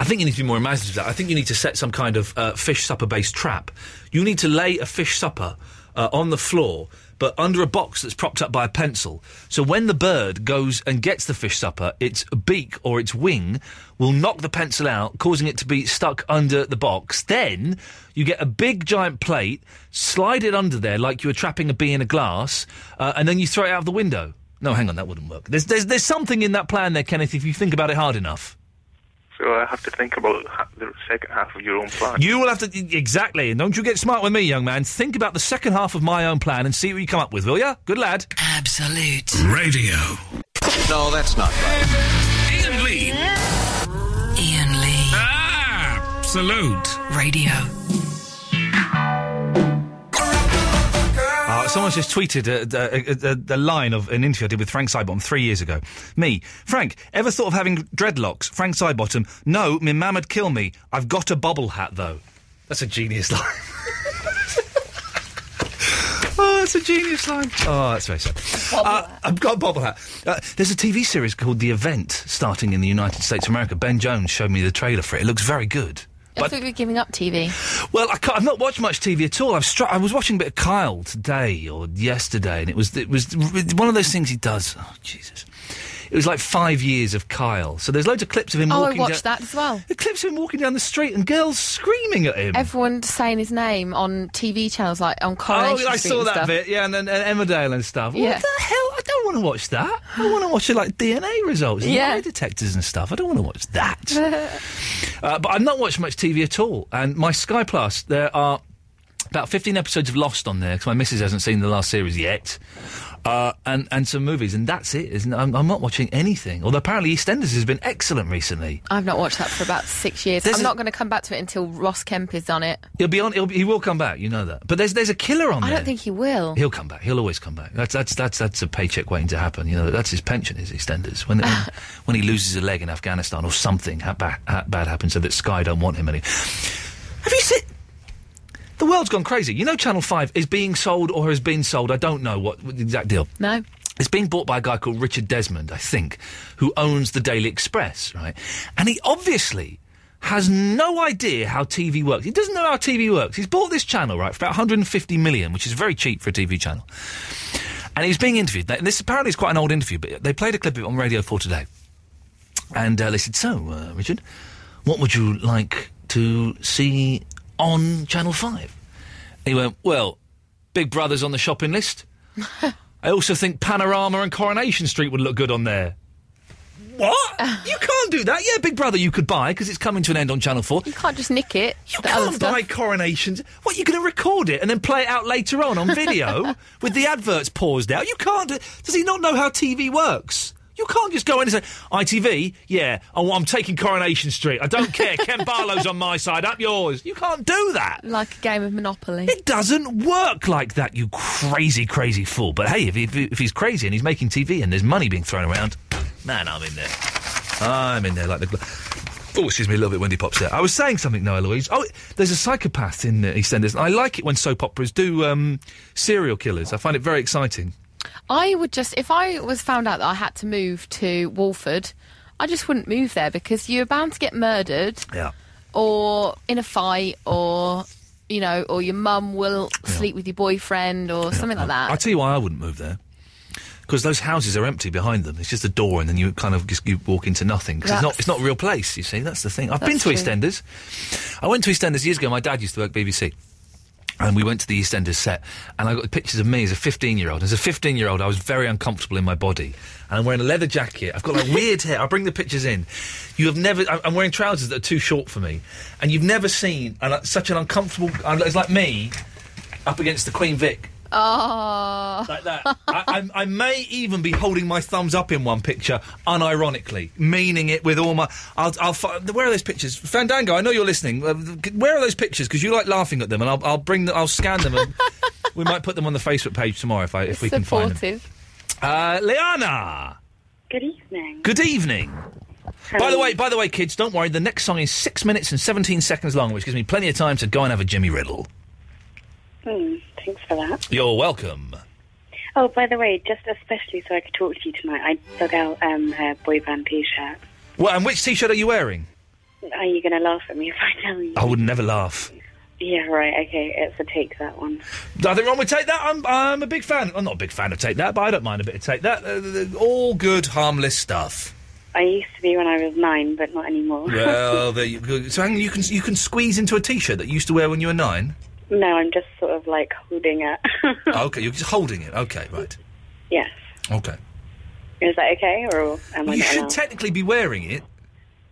[SPEAKER 4] I think you need to be more imaginative. than That I think you need to set some kind of uh, fish supper-based trap. You need to lay a fish supper uh, on the floor, but under a box that's propped up by a pencil. So when the bird goes and gets the fish supper, its beak or its wing will knock the pencil out, causing it to be stuck under the box. Then you get a big giant plate, slide it under there like you were trapping a bee in a glass, uh, and then you throw it out of the window. No, hang on, that wouldn't work. There's, there's, there's something in that plan there, Kenneth, if you think about it hard enough.
[SPEAKER 10] So I have to think about ha- the second half of your own plan.
[SPEAKER 4] You will have to y- exactly, and don't you get smart with me, young man. Think about the second half of my own plan and see what you come up with, will ya? Good lad. Absolute radio. No, that's not right.
[SPEAKER 2] Ian Lee. Ian Lee. Absolute. Radio.
[SPEAKER 4] Uh, someone's just tweeted a, a, a, a line of an interview I did with Frank Sybottom three years ago. Me, Frank, ever thought of having dreadlocks? Frank Sybottom, no, my mam'd kill me. I've got a bobble hat though. That's a genius <laughs> line. Oh, that's a genius line. Oh, that's very sad. Uh, I've got a bobble hat. Uh, there's a TV series called The Event starting in the United States of America. Ben Jones showed me the trailer for it. It looks very good.
[SPEAKER 6] I thought we were giving up TV.
[SPEAKER 4] Well, I can't, I've not watched much TV at all. I've stru- I was watching a bit of Kyle today or yesterday, and it was it was one of those things he does. Oh, Jesus! It was like five years of Kyle. So there's loads of clips of him
[SPEAKER 6] Oh, I
[SPEAKER 4] walking
[SPEAKER 6] watched
[SPEAKER 4] down,
[SPEAKER 6] that as well.
[SPEAKER 4] The clips of him walking down the street and girls screaming at him.
[SPEAKER 6] Everyone saying his name on TV channels, like on Coronation
[SPEAKER 4] oh, I
[SPEAKER 6] Street
[SPEAKER 4] saw
[SPEAKER 6] and
[SPEAKER 4] that
[SPEAKER 6] stuff.
[SPEAKER 4] bit, yeah, and then and Emmerdale and stuff.
[SPEAKER 6] Yeah.
[SPEAKER 4] What the hell? I don't want to watch that. I want to watch it like DNA results, and
[SPEAKER 6] Yeah.
[SPEAKER 4] lie detectors and stuff. I don't want to watch
[SPEAKER 6] <laughs>
[SPEAKER 4] that. uh, but I've not watched much TV at all, and my Sky Plus there are about fifteen episodes of Lost on there because my missus hasn't seen the last series yet. Uh, and and some movies, and that's it. Isn't it? I'm, I'm not watching anything. Although apparently EastEnders has been excellent recently.
[SPEAKER 6] I've not watched that for about six years.
[SPEAKER 4] There's
[SPEAKER 6] I'm
[SPEAKER 4] a-
[SPEAKER 6] not going to come back to it until Ross Kemp is on it.
[SPEAKER 4] He'll be on. He'll, be- he will come back. You know that. But there's there's a killer on
[SPEAKER 6] I
[SPEAKER 4] there.
[SPEAKER 6] don't think he will.
[SPEAKER 4] He'll come back. He'll always come back. That's that's that's that's a paycheck waiting to happen. You know, that's his pension, his extenders. When when, when he loses a leg in Afghanistan or something ha- ba- ha- bad happens, so that Sky don't want him any. Have you seen? The world's gone crazy. You know, Channel Five is being sold or has been sold. I don't know what what the exact deal.
[SPEAKER 6] No.
[SPEAKER 4] It's being bought by a guy called Richard Desmond, I think, who owns the Daily Express, right? And he obviously has no idea how TV works. He doesn't know how TV works. He's bought this channel, right, for about 150 million, which is very cheap for a TV channel. And he was being interviewed. And this apparently is quite an old interview, but they played a clip of it on Radio 4 today. And uh, they said, So, uh, Richard, what would you like to see on Channel 5? And he went, Well, Big Brother's on the shopping list. I also think Panorama and Coronation Street would look good on there. What? you can't do that. Yeah, Big Brother you could buy because it's coming to an end on Channel 4.
[SPEAKER 6] You can't just nick it. You
[SPEAKER 4] can't buy Coronations. What, you're going to record it and then play it out later on on video with the adverts paused out? You can't. do- Does he not know how TV works? You can't just go in and say, ITV, yeah, oh, I'm taking Coronation Street. I don't care. Ken Barlow's on my side, up yours. You can't do that.
[SPEAKER 6] Like a game of Monopoly.
[SPEAKER 4] It doesn't work like that, you crazy, crazy fool. But hey, if, if, if he's crazy and he's making TV and there's money being thrown around, man, I'm in there. I'm in there like the. Gl- Oh, excuse me, a little bit windy pops there. I was saying something, now, Eloise. Oh, there's a psychopath in uh, EastEnders. I like it when soap operas do um, serial killers. I find it very exciting.
[SPEAKER 6] I would just, if I was found out that I had to move to Walford, I just wouldn't move there because you're bound to get murdered
[SPEAKER 4] Yeah.
[SPEAKER 6] or in a fight or, you know, or your mum will sleep with your boyfriend or something like that.
[SPEAKER 4] I'll tell you why I wouldn't move there. Because those houses are empty behind them. It's just a door, and then you kind of just, you walk into nothing. Because it's not
[SPEAKER 6] That's-
[SPEAKER 4] it's not a real place. You see, that's the thing. I've been to
[SPEAKER 6] That's true.
[SPEAKER 4] EastEnders. I went to EastEnders years ago. My dad used to work BBC. And we went to the EastEnders set, and I got pictures of me as a 15 year old. As a 15 year old, I was very uncomfortable in my body. And I'm wearing a leather jacket. I've
[SPEAKER 6] <laughs>
[SPEAKER 4] got like weird hair. I'll bring the pictures in. You have never, I- I'm wearing trousers that are too short for me. And you've never seen and, like, such an uncomfortable, and it's like me up against the Queen Vic.
[SPEAKER 6] Oh.
[SPEAKER 4] Like that. I, I'm- I may even be holding my thumbs up in one picture, unironically, meaning it with all my. I'll, I'll. fi- Where are those pictures, Fandango? I know you're listening. Uh, Where are those pictures? Because you like laughing at them, and I'll, I'll bring. The, I'll scan them. and We might put them on the Facebook page tomorrow if I, if we can find them.
[SPEAKER 6] Supportive.
[SPEAKER 4] Uh, Liana,
[SPEAKER 25] Good evening.
[SPEAKER 4] good evening. By the way, by the way, kids, don't worry. The next song is six minutes and seventeen seconds long, which gives me plenty of time to go and have a Jimmy Riddle.
[SPEAKER 25] Hmm, thanks for that.
[SPEAKER 4] You're welcome.
[SPEAKER 25] Oh, by the way, just especially so I could talk to you tonight, I dug out um, a boy band T-shirt.
[SPEAKER 4] Well, and which T-shirt are you wearing?
[SPEAKER 25] Are you going to laugh at me <laughs> if I tell you?
[SPEAKER 4] I would never laugh.
[SPEAKER 25] Yeah, right. Okay, it's a take that one.
[SPEAKER 4] Nothing wrong with Take That. I'm, I'm a big fan. I'm not a big fan of Take That, but I don't mind a bit of Take That. Uh, th- th- all good, harmless stuff.
[SPEAKER 25] I used to be when I was nine, but not anymore. <laughs>
[SPEAKER 4] Well, there you go. So hang on, you can you can squeeze into a T-shirt that you used to wear when you
[SPEAKER 25] <laughs>
[SPEAKER 4] were nine.
[SPEAKER 25] no, I'm just sort of like holding it. <laughs>
[SPEAKER 4] okay, you're just holding it. Okay, right.
[SPEAKER 25] yes.
[SPEAKER 4] Okay.
[SPEAKER 25] Is that okay, or am I
[SPEAKER 4] you
[SPEAKER 25] not
[SPEAKER 4] should <laughs>
[SPEAKER 25] allowed?
[SPEAKER 4] technically be wearing it.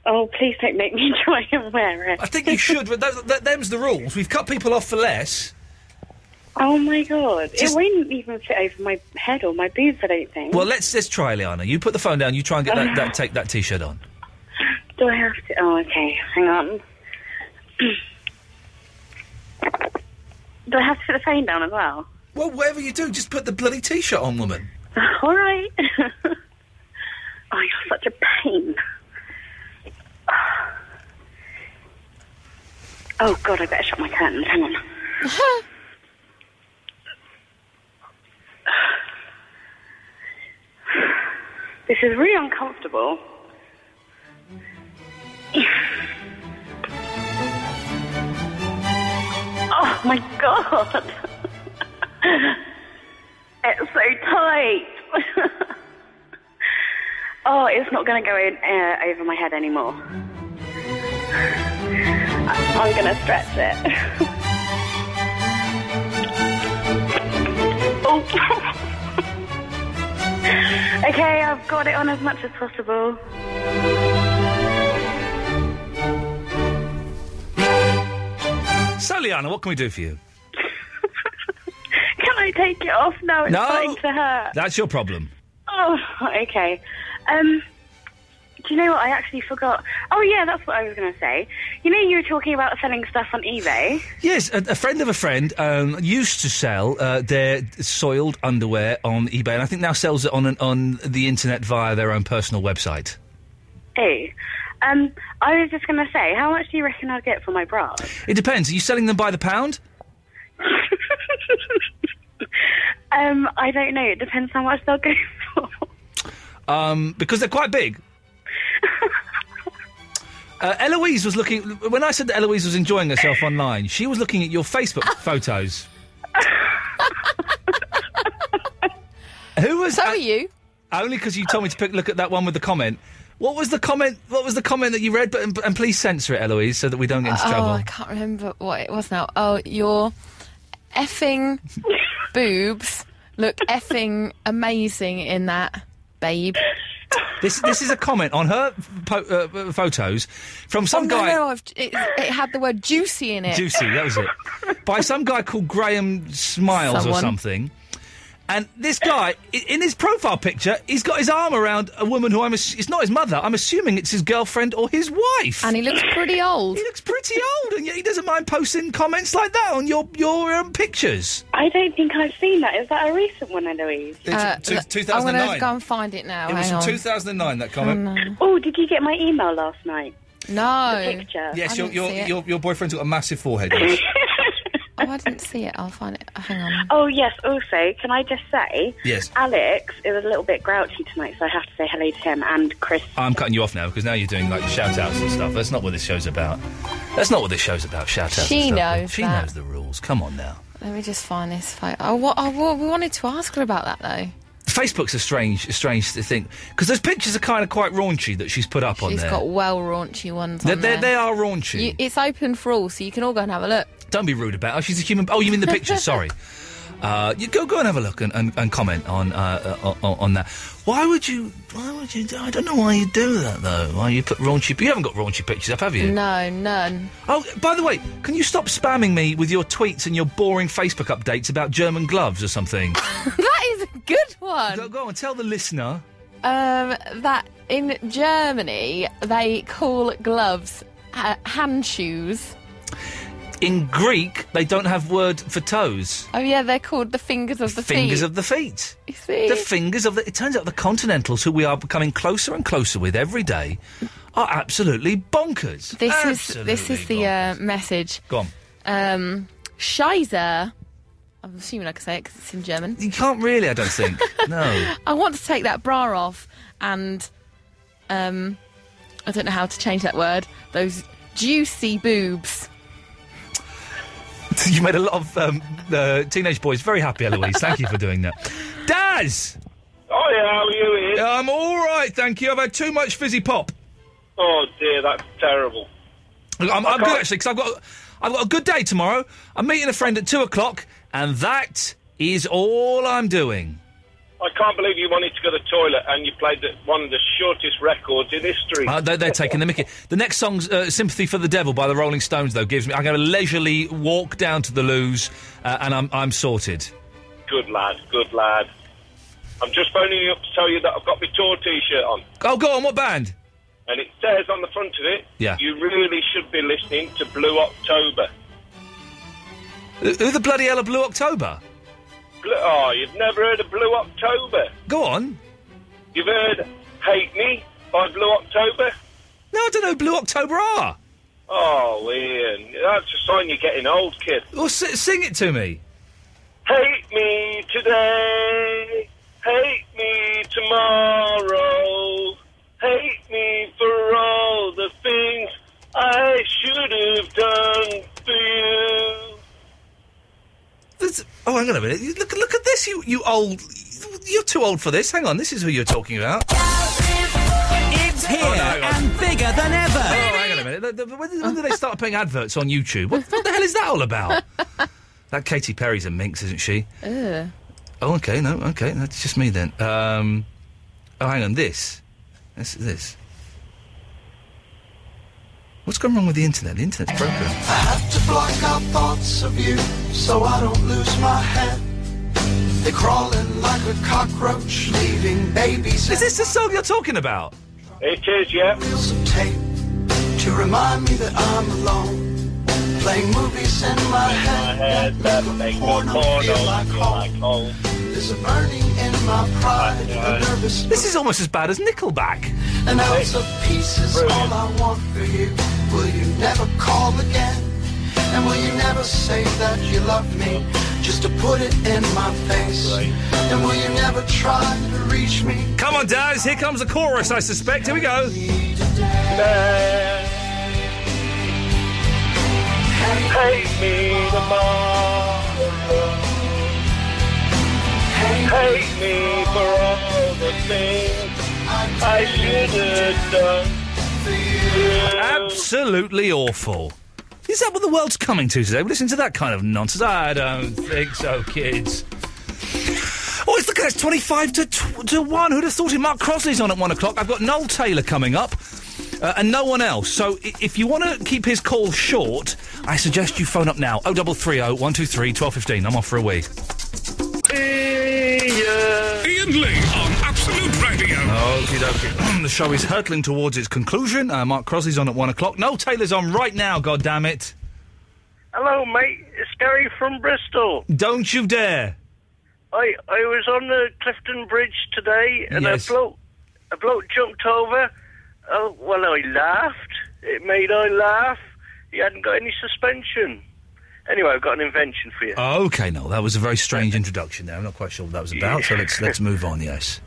[SPEAKER 25] oh, please don't make me <laughs> try and wear it.
[SPEAKER 4] I think you should. but th- th- them's the rules. We've cut people off for less.
[SPEAKER 25] Oh my god,
[SPEAKER 4] Just-
[SPEAKER 25] it wouldn't even fit over my head or my boobs. I don't think.
[SPEAKER 4] Well, let's let's try, Liana. You put the phone down. You try and get
[SPEAKER 25] <laughs>
[SPEAKER 4] that, that take that T-shirt on.
[SPEAKER 25] Do I have to? Oh, okay. Hang on. Do I have to put the phone down as well?
[SPEAKER 4] Well, whatever you do, just put the bloody t-shirt on, woman.
[SPEAKER 25] All right. <laughs> oh, you're such a pain. Oh, God, I better shut my curtains. Hang on. this is really uncomfortable. <sighs> oh, my God. <laughs> It's so tight. <laughs> oh, it's not going to go in, uh, over my head anymore. <sighs> I- I'm going to stretch it. <laughs> oh. <laughs> okay, I've got it on as much as possible.
[SPEAKER 4] So, Liana, what can we do for you?
[SPEAKER 25] Can I take it off now? It's
[SPEAKER 4] No.
[SPEAKER 25] starting to hurt.
[SPEAKER 4] That's your problem.
[SPEAKER 25] Oh, okay. Um, do you know what? I actually forgot. Oh, yeah, that's what I was going to say. You know, you were talking about selling stuff on eBay.
[SPEAKER 4] Yes, a, a friend of a friend um, used to sell uh, their soiled underwear on eBay, and I think now sells it on an, on the internet via their own personal website.
[SPEAKER 25] Hey, um, I was just going to say, how much do you reckon I'll get for my bra?
[SPEAKER 4] It depends. Are you selling them by the pound?
[SPEAKER 25] Um, I don't know. It depends how much they'll go. <laughs>
[SPEAKER 4] Um, because they're
[SPEAKER 6] <laughs>
[SPEAKER 4] quite big. Uh, Eloise was looking. When I said that Eloise was enjoying herself online, she was looking at
[SPEAKER 6] <laughs>
[SPEAKER 4] your Facebook photos. Who was? So
[SPEAKER 6] you?
[SPEAKER 4] Only because you told me to pick, look at that one with the comment. What was the comment? What was the comment that you read? But and, and please censor it, Eloise, so that we don't get into
[SPEAKER 6] oh,
[SPEAKER 4] trouble.
[SPEAKER 6] I can't remember what it was now. Oh, your effing
[SPEAKER 4] <laughs>
[SPEAKER 6] boobs look effing amazing in that, babe.
[SPEAKER 4] This this is a comment on her po- uh, uh, photos from some
[SPEAKER 6] oh,
[SPEAKER 4] guy.
[SPEAKER 6] No, no, I've, it, it had the word juicy in it.
[SPEAKER 4] Juicy, that was it. By some guy called Graham Smiles or
[SPEAKER 6] Someone.
[SPEAKER 4] something. And this guy, i- in his profile picture, he's got his arm around a woman who I'm. Ass- it's not his mother. I'm assuming it's his girlfriend or his wife.
[SPEAKER 6] And he looks pretty old.
[SPEAKER 4] He looks pretty old, and yet he doesn't mind posting comments like that on your your um, pictures.
[SPEAKER 25] I don't think I've seen that. Is that a recent one, Eloise?
[SPEAKER 4] Uh, It's t-
[SPEAKER 6] look, I'm going
[SPEAKER 4] 2009.
[SPEAKER 6] to go and find it now.
[SPEAKER 4] it was
[SPEAKER 6] Oh, Hang
[SPEAKER 4] from
[SPEAKER 6] on.
[SPEAKER 4] 2009. That comment.
[SPEAKER 25] Oh, did you get my email last night?
[SPEAKER 6] No.
[SPEAKER 25] The picture.
[SPEAKER 4] Yes, your
[SPEAKER 6] didn't
[SPEAKER 4] your,
[SPEAKER 6] see it.
[SPEAKER 4] your your boyfriend's got a
[SPEAKER 6] <laughs>
[SPEAKER 4] massive forehead.
[SPEAKER 6] Oh, I didn't see it. I'll find it. Hang on.
[SPEAKER 25] Oh, yes. Also, can I just say,
[SPEAKER 4] Yes.
[SPEAKER 25] Alex it was a little bit grouchy tonight, so I have to say hello to him and Chris.
[SPEAKER 4] I'm cutting you off now because now you're doing like shout outs and stuff. That's not what this show's about. That's not what this show's about. Shout outs.
[SPEAKER 6] She
[SPEAKER 4] and stuff.
[SPEAKER 6] knows
[SPEAKER 4] She
[SPEAKER 6] that.
[SPEAKER 4] knows the rules. Come on now.
[SPEAKER 6] Let me just find this photo. Oh, what, oh, what, we wanted to ask her about that, though.
[SPEAKER 4] Facebook's a strange, a strange thing because those pictures are kind of quite raunchy that she's put up on
[SPEAKER 6] She's
[SPEAKER 4] there.
[SPEAKER 6] got well raunchy ones
[SPEAKER 4] They're-
[SPEAKER 6] on
[SPEAKER 4] they're-
[SPEAKER 6] there.
[SPEAKER 4] they are raunchy.
[SPEAKER 6] You, it's open for all, so you can all go and have a look.
[SPEAKER 4] Don't be rude about her. She's a human. Oh, you mean
[SPEAKER 6] <laughs>
[SPEAKER 4] the picture? Sorry. Uh, you go go and have a look and, and, and comment on, uh, uh, on on that. Why would you? Why would you? do- I don't know why you do that though. Why you put raunchy? You haven't got raunchy pictures up, have you?
[SPEAKER 6] No, <laughs> none.
[SPEAKER 4] Oh, by the way, can you stop spamming me with your tweets and your boring Facebook updates about German gloves or something?
[SPEAKER 6] that is a good one. Go,
[SPEAKER 4] go on, tell the listener.
[SPEAKER 6] Um, that in Germany they call gloves uh, hand shoes.
[SPEAKER 4] In Greek, they don't have word for toes.
[SPEAKER 6] Oh yeah, they're called the fingers of the
[SPEAKER 4] Fingers
[SPEAKER 6] feet.
[SPEAKER 4] of the feet.
[SPEAKER 6] You see?
[SPEAKER 4] The fingers of the. It turns out the Continentals, who we are becoming closer and closer with every day, are absolutely bonkers.
[SPEAKER 6] this is this is the uh, message.
[SPEAKER 4] Go on.
[SPEAKER 6] Um, Scheiße. I'm assuming I can say it because it's in German.
[SPEAKER 4] You can't really, I don't think.
[SPEAKER 6] <laughs>
[SPEAKER 4] no. <laughs>
[SPEAKER 6] I want to take that bra off and um I don't know how to change that word. Those juicy boobs.
[SPEAKER 4] You made a lot of um, uh, teenage boys very happy, Eloise. Thank you for doing that. Daz!
[SPEAKER 5] Oh, yeah, how are you, Ian?
[SPEAKER 4] I'm all right, thank you. I've had too much fizzy pop.
[SPEAKER 5] Oh, dear, that's terrible.
[SPEAKER 4] Look, I'm, I'm good actually because I've got I've got a good day tomorrow. I'm meeting a friend at two o'clock, and that is all I'm doing.
[SPEAKER 5] I can't believe you wanted to go to the toilet and you played the, one of the shortest records in history.
[SPEAKER 4] Uh, they, they're taking the mickey. The next song's uh, "Sympathy for the Devil" by the Rolling Stones, though, gives me. I'm going to leisurely walk down to the loo's, uh, and I'm I'm sorted.
[SPEAKER 5] Good lad, good lad. I'm just phoning you up to tell you that I've got my tour T-shirt on,
[SPEAKER 4] Oh, go on. What band?
[SPEAKER 5] and it says on the front of it,
[SPEAKER 4] Yeah.
[SPEAKER 5] you really should be listening to Blue October.
[SPEAKER 4] Who who the bloody hell are Blue October?
[SPEAKER 5] Blue, oh, you've never heard of Blue October?
[SPEAKER 4] Go on.
[SPEAKER 5] You've heard Hate Me by Blue October?
[SPEAKER 4] No, I don't know who Blue October are.
[SPEAKER 5] Oh, Ian, that's a sign you're getting old, kid.
[SPEAKER 4] Well, s- sing it to me.
[SPEAKER 5] Hate me today, hate me tomorrow, hate me for all the things I should have done for you.
[SPEAKER 4] This- oh, hang on a minute. You- Look, look at this. You, you old. You're too old for this. Hang on. This is who you're talking about.
[SPEAKER 21] It's here
[SPEAKER 4] Oh, no, hang on.
[SPEAKER 21] and bigger than ever.
[SPEAKER 4] Oh, hang on a minute. Th- th- When did when did they start putting adverts on YouTube? What, what the hell is that
[SPEAKER 21] <laughs>
[SPEAKER 4] all about? that Katy Perry's a minx, isn't she?
[SPEAKER 6] Ugh.
[SPEAKER 4] Oh, okay. No, okay. That's just me then. Um, oh, hang on. This. This. This. What's gone wrong with the internet? The internet's broken.
[SPEAKER 26] I had to block out thoughts of you so I don't lose my head. They crawl in like a cockroach, leaving babies.
[SPEAKER 4] Is this the song you're talking about?
[SPEAKER 5] It is, yeah.
[SPEAKER 26] Reels of tape to remind me that I'm alone. Playing movies in my head.
[SPEAKER 5] that make the porno feel like
[SPEAKER 26] oh,
[SPEAKER 5] home.
[SPEAKER 26] There's a burning in my pride. A nervous
[SPEAKER 4] This is almost as bad as Nickelback.
[SPEAKER 26] an ounce of peace is all I want for you. Will you never call again? And will you never say that you love me? Just to put it in my face. And will you never try to reach me?
[SPEAKER 4] Come on, Daz. Here comes the chorus, I suspect. Here we go.
[SPEAKER 5] Hate me tomorrow. Hate me for all the things I should have done.
[SPEAKER 4] Absolutely awful. Is that what the world's coming to today? We listen to that kind of nonsense. I don't think so, kids. Oh, it's look at that, it's 25 to, tw- to 1. Who'd have thought it? Mark Crosley's on at 1 o'clock. I've got Noel Taylor coming up uh, and no one else. So i- if you want to keep his call short, I suggest you phone up now. Oh, 0330 123 1215. I'm off for a wee.
[SPEAKER 2] Ian Lee on Absolute Radio.
[SPEAKER 4] Okie dokie. <clears throat> the show is hurtling towards its conclusion. Uh, Mark Crosley's on at 1 o'clock. Noel Taylor's on right now, God damn it.
[SPEAKER 9] Hello, mate. It's Gary from Bristol.
[SPEAKER 4] Don't you dare.
[SPEAKER 9] I I was on the Clifton Bridge today, and
[SPEAKER 4] Yes.
[SPEAKER 9] a bloke a bloke jumped over. Oh well, I laughed. It made I laugh. He hadn't got any suspension. Anyway, I've got an invention for you.
[SPEAKER 4] Okay, Noel, that was a very strange introduction there. I'm not quite sure what that was about, so let's let's move on, yes.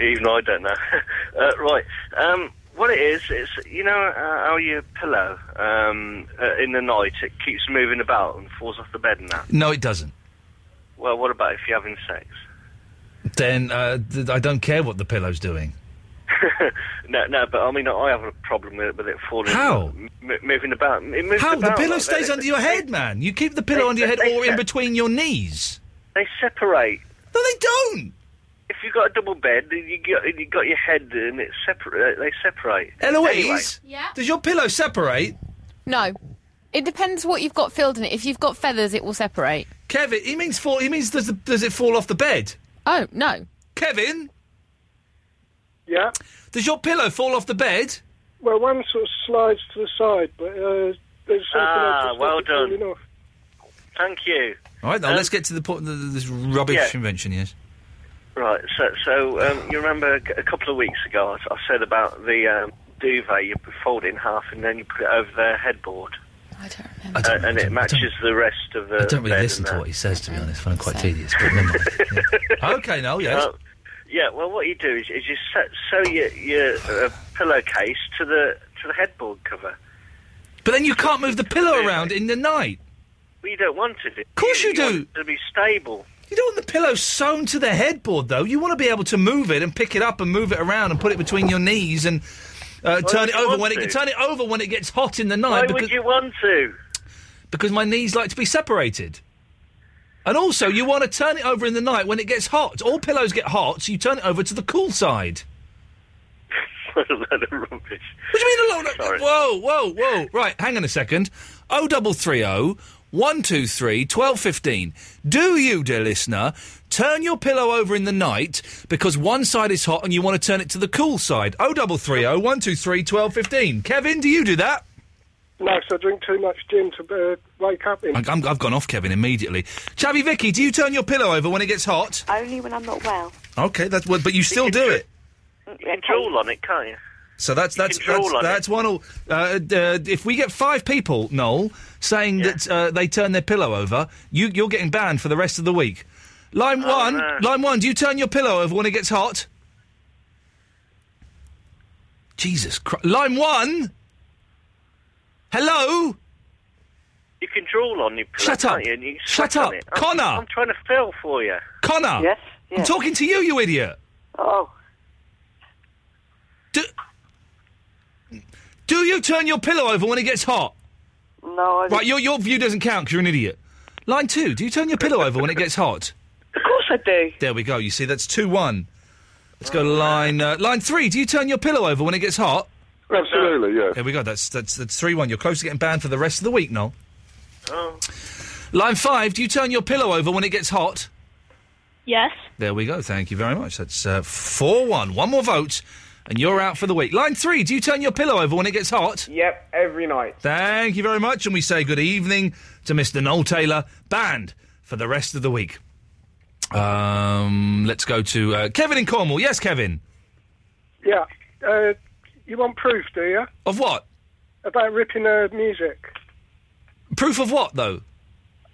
[SPEAKER 9] Even I don't know. <laughs> uh, right. Um, what it is, it's, you know uh, how your pillow um, uh, in the night, it keeps moving about and falls off the bed and that?
[SPEAKER 4] No, it doesn't.
[SPEAKER 9] Well, what about if you're having sex?
[SPEAKER 4] Then uh, th- I don't care what the pillow's doing.
[SPEAKER 9] no, no, but I mean, I have a problem with it, with it falling.
[SPEAKER 4] How?
[SPEAKER 9] M- moving about. It moves
[SPEAKER 4] How? The
[SPEAKER 9] about
[SPEAKER 4] pillow
[SPEAKER 9] like that.
[SPEAKER 4] stays under your head, man. You keep the pillow
[SPEAKER 9] They-
[SPEAKER 4] under your head
[SPEAKER 9] they-
[SPEAKER 4] or in
[SPEAKER 9] they-
[SPEAKER 4] between your knees.
[SPEAKER 9] They separate.
[SPEAKER 4] No, they don't.
[SPEAKER 9] If you've got a double bed, then you got you got your head and it's separate. They separate.
[SPEAKER 4] Eloise,
[SPEAKER 9] Anyway.
[SPEAKER 6] Yeah.
[SPEAKER 4] does your pillow separate?
[SPEAKER 6] No. It depends what you've got filled in it. If you've got feathers, it will separate.
[SPEAKER 4] Kevin, he means fall. He means does the, does it fall off the bed?
[SPEAKER 6] Oh no.
[SPEAKER 4] Kevin,
[SPEAKER 27] Yeah.
[SPEAKER 4] does your pillow fall off the bed?
[SPEAKER 27] Well, one sort of slides to the side, but uh, there's something
[SPEAKER 9] Ah,
[SPEAKER 27] else that's
[SPEAKER 9] well
[SPEAKER 27] not falling
[SPEAKER 9] done.
[SPEAKER 27] off.
[SPEAKER 9] Thank you.
[SPEAKER 4] All right, now
[SPEAKER 9] Um,
[SPEAKER 4] let's get to the point. th- th- This rubbish
[SPEAKER 9] yeah.
[SPEAKER 4] invention, yes.
[SPEAKER 9] Right. So, so um, you remember a c- a couple of weeks ago, I, s- I said about the um, duvet. You fold it in half and then you put it over the headboard. I don't remember. and it matches the rest of the.
[SPEAKER 4] I don't really
[SPEAKER 9] bed
[SPEAKER 4] listen
[SPEAKER 9] and
[SPEAKER 4] to
[SPEAKER 9] that.
[SPEAKER 4] what he says, to be honest. I find it quite tedious. But never mind. Yeah. <laughs> Okay, Noel, yes.
[SPEAKER 9] Uh, yeah. Well, what you do is, is you set, sew your your uh, pillowcase to the to the headboard cover.
[SPEAKER 4] But then you can't
[SPEAKER 9] <laughs>
[SPEAKER 4] move the pillow around in the night.
[SPEAKER 9] Well, you don't want to do. Of
[SPEAKER 4] course you do.
[SPEAKER 9] want it to be stable.
[SPEAKER 4] You don't want the pillow sewn to the headboard, though. You want to be able to move it and pick it up and move it around and put it between your knees and
[SPEAKER 9] Why
[SPEAKER 4] uh, turn
[SPEAKER 9] would
[SPEAKER 4] it
[SPEAKER 9] you
[SPEAKER 4] over
[SPEAKER 9] want
[SPEAKER 4] when
[SPEAKER 9] to?
[SPEAKER 4] it turn it over when it gets hot in the night.
[SPEAKER 9] Why
[SPEAKER 4] because,
[SPEAKER 9] would you want to?
[SPEAKER 4] because my knees like to be separated. And also, you want to turn it over in the night when it gets hot. All pillows get hot, so you turn it over to the cool side.
[SPEAKER 9] what a load of rubbish.
[SPEAKER 4] What do you mean a lot of... <laughs> Whoa, whoa, whoa. Right, hang on a second. 0330 123 1215. Do you, dear listener, turn your pillow over in the night because one side is hot and you Oh want to turn it to the cool side? 0330 123 1215. Kevin, do you do that?
[SPEAKER 27] No, 'cause I drink too much gin to uh, wake up in.
[SPEAKER 4] I, I'm, I've gone off Kevin immediately. Chavy Vicky, do you turn your pillow over when it gets hot?
[SPEAKER 11] Only when I'm not well.
[SPEAKER 4] Okay, that's well, but you still do it.
[SPEAKER 11] Okay.
[SPEAKER 9] Drool on it, can't you?
[SPEAKER 4] So that's that's
[SPEAKER 9] can
[SPEAKER 4] that's,
[SPEAKER 9] draw on
[SPEAKER 4] that's one. all- Uh, uh, if we get five people, Noel, saying that uh, they turn their pillow over, you you're getting banned for the rest of the week. Line
[SPEAKER 9] Oh,
[SPEAKER 4] one, line one. Do you turn your pillow over when it gets hot? Jesus Christ! Line one. Hello.
[SPEAKER 9] You can drool on your pillow,
[SPEAKER 4] Shut
[SPEAKER 9] can't
[SPEAKER 4] up.
[SPEAKER 9] you? And you
[SPEAKER 4] Shut
[SPEAKER 9] suck
[SPEAKER 4] up.
[SPEAKER 9] on it.
[SPEAKER 4] Connor.
[SPEAKER 9] I'm, I'm trying to fill for you.
[SPEAKER 4] Connor.
[SPEAKER 9] Yes,
[SPEAKER 4] I'm
[SPEAKER 9] yes.
[SPEAKER 4] talking to you, you idiot.
[SPEAKER 11] Oh.
[SPEAKER 4] Do, do you turn your pillow over when it gets hot?
[SPEAKER 11] No. I
[SPEAKER 4] Right, your your view doesn't count because you're an idiot. Line two. Do you turn your pillow over when it gets hot?
[SPEAKER 11] Of course I do.
[SPEAKER 4] There we go. You see, that's two one. Let's go to line uh, line three. Do you turn your pillow over when it gets hot?
[SPEAKER 27] Absolutely, yeah.
[SPEAKER 4] There we go. That's that's that's three one. You're close to getting banned for the rest of the week, Noel.
[SPEAKER 9] Oh.
[SPEAKER 4] Line five. Do you turn your pillow over when it gets hot?
[SPEAKER 23] Yes.
[SPEAKER 4] There we go. Thank you very much. That's uh, four one. One more vote, and you're out for the week. Line three. Do you turn your pillow over when it gets hot?
[SPEAKER 7] Yep, every night.
[SPEAKER 4] Thank you very much, and we say good evening to Mr. Noel Taylor, banned for the rest of the week. Um, let's go to uh, Kevin in Cornwall. Yes, Kevin.
[SPEAKER 27] Yeah. Uh, you want proof, do you?
[SPEAKER 4] Of what?
[SPEAKER 27] About ripping uh, music.
[SPEAKER 4] Proof of what, though?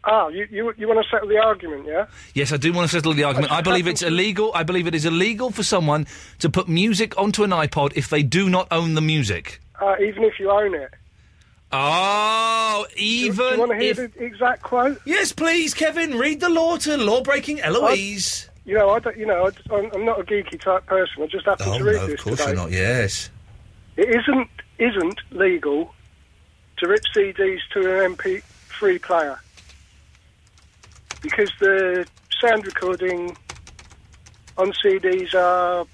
[SPEAKER 27] Ah, you, you, you want to settle the argument, yeah?
[SPEAKER 4] Yes, I do want to settle the argument. I believe it's illegal. I believe it is illegal for someone to put music onto an iPod if they do not own the music.
[SPEAKER 27] Uh, even if you own it.
[SPEAKER 4] Oh, even
[SPEAKER 27] Do you want to hear
[SPEAKER 4] if...
[SPEAKER 27] the exact quote?
[SPEAKER 4] Yes, please, Kevin. Read the law to law-breaking Eloise.
[SPEAKER 27] I, you know, I don't, you know, I just, I'm, I'm not a geeky type person. I
[SPEAKER 4] Oh,
[SPEAKER 27] just happened to read this today.
[SPEAKER 4] Yes.
[SPEAKER 27] It isn't isn't legal to rip CDs to an MP3 player because the sound recording on CDs are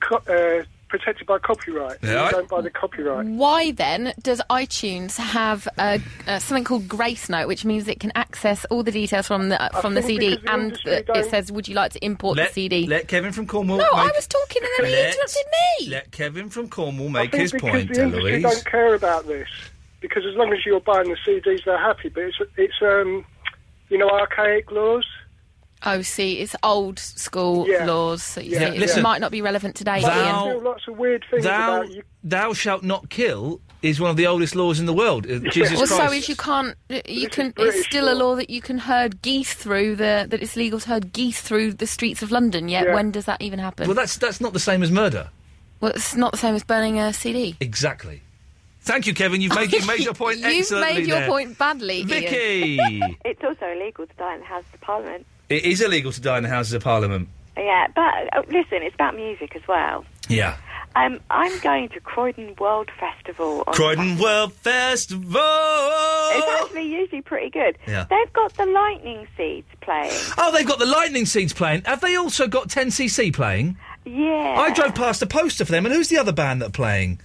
[SPEAKER 27] co- uh, protected by copyright.
[SPEAKER 4] Yeah,
[SPEAKER 27] you
[SPEAKER 4] I-
[SPEAKER 27] don't buy the copyright.
[SPEAKER 6] Why then does iTunes have uh, uh, something called Grace Note, which means it can access all the details from the
[SPEAKER 27] I
[SPEAKER 6] uh, from the
[SPEAKER 27] think
[SPEAKER 6] CD,
[SPEAKER 27] because the
[SPEAKER 6] and
[SPEAKER 27] industry
[SPEAKER 6] the, it
[SPEAKER 27] don't-
[SPEAKER 6] says, "Would you like to import
[SPEAKER 4] Let,
[SPEAKER 6] the CD?"
[SPEAKER 4] let Kevin from Cornwall.
[SPEAKER 6] no, I
[SPEAKER 4] make-
[SPEAKER 6] was talking, and then he
[SPEAKER 4] Let-
[SPEAKER 6] interrupted me.
[SPEAKER 4] Let Kevin from Cornwall
[SPEAKER 27] I
[SPEAKER 4] make
[SPEAKER 27] think
[SPEAKER 4] his
[SPEAKER 27] because
[SPEAKER 4] point,
[SPEAKER 27] the industry
[SPEAKER 4] Eloise.
[SPEAKER 27] don't care about this because as long as you're buying the CDs, they're happy. But it's it's um, you know, archaic laws.
[SPEAKER 6] Oh, see, it's old school
[SPEAKER 27] Yeah.
[SPEAKER 6] laws, so you
[SPEAKER 27] Yeah,
[SPEAKER 6] see,
[SPEAKER 4] yeah.
[SPEAKER 6] it
[SPEAKER 4] Listen.
[SPEAKER 6] might not be relevant today.
[SPEAKER 27] But
[SPEAKER 6] Ian.
[SPEAKER 27] there's still lots of weird things
[SPEAKER 4] Thou,
[SPEAKER 27] about you.
[SPEAKER 4] thou shalt not kill is one of the oldest laws in the world. Uh,
[SPEAKER 27] <laughs>
[SPEAKER 4] Jesus
[SPEAKER 6] well, so
[SPEAKER 4] Christ.
[SPEAKER 6] is you can't, you can. It's still a law that you can herd geese through the. That it's legal to herd geese through the streets of London. Yet,
[SPEAKER 4] Yeah.
[SPEAKER 6] when does that even happen?
[SPEAKER 4] Well, that's that's not the same as murder.
[SPEAKER 6] Well, it's not the same as burning a CD.
[SPEAKER 4] Exactly. Thank you, Kevin. You've made, you made your
[SPEAKER 6] <laughs>
[SPEAKER 4] point
[SPEAKER 6] You've
[SPEAKER 4] excellently
[SPEAKER 6] made your
[SPEAKER 4] there.
[SPEAKER 6] point badly, Ian.
[SPEAKER 4] Vicky!
[SPEAKER 11] <laughs> It's also illegal to die in the House of Parliament.
[SPEAKER 4] it is illegal to die in the Houses of Parliament.
[SPEAKER 11] Yeah, but oh, listen, it's about music as well.
[SPEAKER 4] Yeah.
[SPEAKER 11] Um, I'm going to Croydon World Festival. On
[SPEAKER 4] Croydon World Festival!
[SPEAKER 11] It's actually usually pretty good.
[SPEAKER 4] Yeah.
[SPEAKER 11] They've got the lightning seeds playing.
[SPEAKER 4] Oh, they've got the Lightning Seeds playing. Have they also got 10cc playing?
[SPEAKER 11] Yeah.
[SPEAKER 4] I drove past a poster for them, and who's the other band that are playing?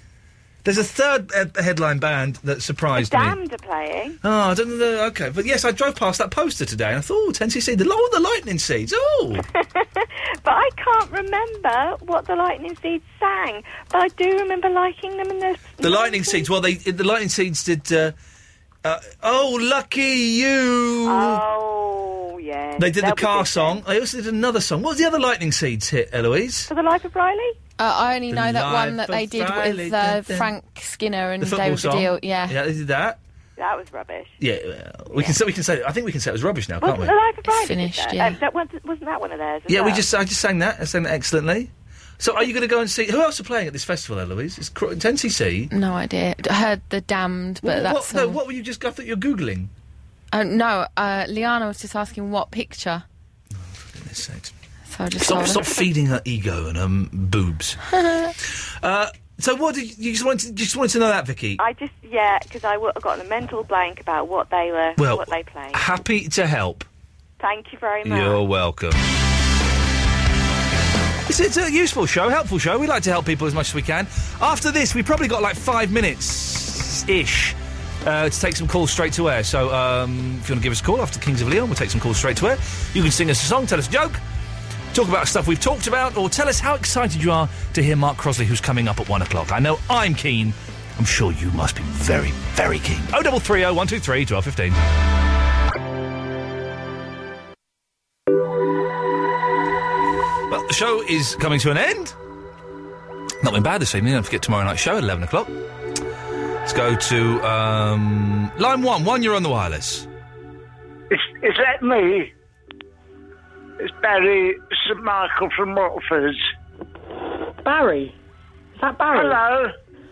[SPEAKER 4] There's a third uh, headline band that surprised me.
[SPEAKER 11] Damned are playing.
[SPEAKER 4] Oh, I don't know. Okay, but yes, I drove past that poster today, and I thought, oh, 10cc, the, oh, the lightning seeds.
[SPEAKER 11] <laughs>
[SPEAKER 4] Oh,
[SPEAKER 11] But I can't remember what the lightning seeds sang. But I do remember liking them in the.
[SPEAKER 4] the lightning seeds. Well, they the lightning seeds did. Uh, uh, oh, lucky you.
[SPEAKER 11] Oh, yeah.
[SPEAKER 4] they did
[SPEAKER 11] They'll
[SPEAKER 4] the
[SPEAKER 11] be
[SPEAKER 4] car
[SPEAKER 11] good.
[SPEAKER 4] song. They also did another song. What was the other lightning seeds hit, Eloise?
[SPEAKER 11] For the life of Riley?
[SPEAKER 6] Uh, I only
[SPEAKER 4] The
[SPEAKER 6] know that
[SPEAKER 4] life
[SPEAKER 6] one that they
[SPEAKER 4] of
[SPEAKER 6] did
[SPEAKER 4] Riley,
[SPEAKER 6] with uh,
[SPEAKER 4] dun, dun.
[SPEAKER 6] Frank Skinner
[SPEAKER 11] Mm,
[SPEAKER 6] and
[SPEAKER 4] the football
[SPEAKER 6] David
[SPEAKER 4] song.
[SPEAKER 6] Baddiel. Yeah.
[SPEAKER 4] yeah, they did that.
[SPEAKER 11] That was rubbish.
[SPEAKER 4] Yeah, uh, we can say we can say. I think we can say it was rubbish now,
[SPEAKER 11] Wasn't
[SPEAKER 4] can't we?
[SPEAKER 11] the life of Riley? did
[SPEAKER 6] finished,
[SPEAKER 11] that?
[SPEAKER 4] yeah.
[SPEAKER 11] Um, that wasn't, wasn't that one of theirs? as
[SPEAKER 4] Yeah, we <laughs>
[SPEAKER 11] well?
[SPEAKER 4] just I just sang that. I sang that excellently. So, are you going to go and see who else are playing at this festival, Eloise? It's Cro- 10cc.
[SPEAKER 6] No idea. I heard the damned, but
[SPEAKER 4] What-
[SPEAKER 6] that's um,
[SPEAKER 4] what, no, what were you just? I thought you're googling.
[SPEAKER 6] Oh no, uh, Liana was just asking what picture.
[SPEAKER 4] Goodness sakes.
[SPEAKER 6] So I just
[SPEAKER 4] Stop,
[SPEAKER 6] told her.
[SPEAKER 4] stop feeding her ego and um boobs. uh, so, what did you, you just wanted? To, you just wanted to know that, Vicky.
[SPEAKER 11] I just, yeah, because I w- I got a mental blank about what they were,
[SPEAKER 4] Well-
[SPEAKER 11] what they played.
[SPEAKER 4] Happy to help.
[SPEAKER 11] Thank you very much.
[SPEAKER 4] You're welcome. It's, it's a useful show, helpful show. We like to help people as much as we can. After this, we probably got like five minutes ish uh, to take some calls straight to air. So um, if you want to give us a call after Kings of Leon, we'll take some calls straight to air. You can sing us a song, tell us a joke, talk about stuff we've talked about, or tell us how excited you are to hear Mark Crosley, who's coming up at one o'clock. I know I'm keen, I'm sure you must be very, very keen. 0330 123 1215. Well, the show is coming to an end. Not been bad this evening. Don't forget tomorrow night's show at 11 o'clock. Let's go to um, line one. One, you're on the wireless.
[SPEAKER 7] Is, is that me? It's Barry St Michael from Watford. Barry? Is that
[SPEAKER 19] Barry?
[SPEAKER 7] Hello.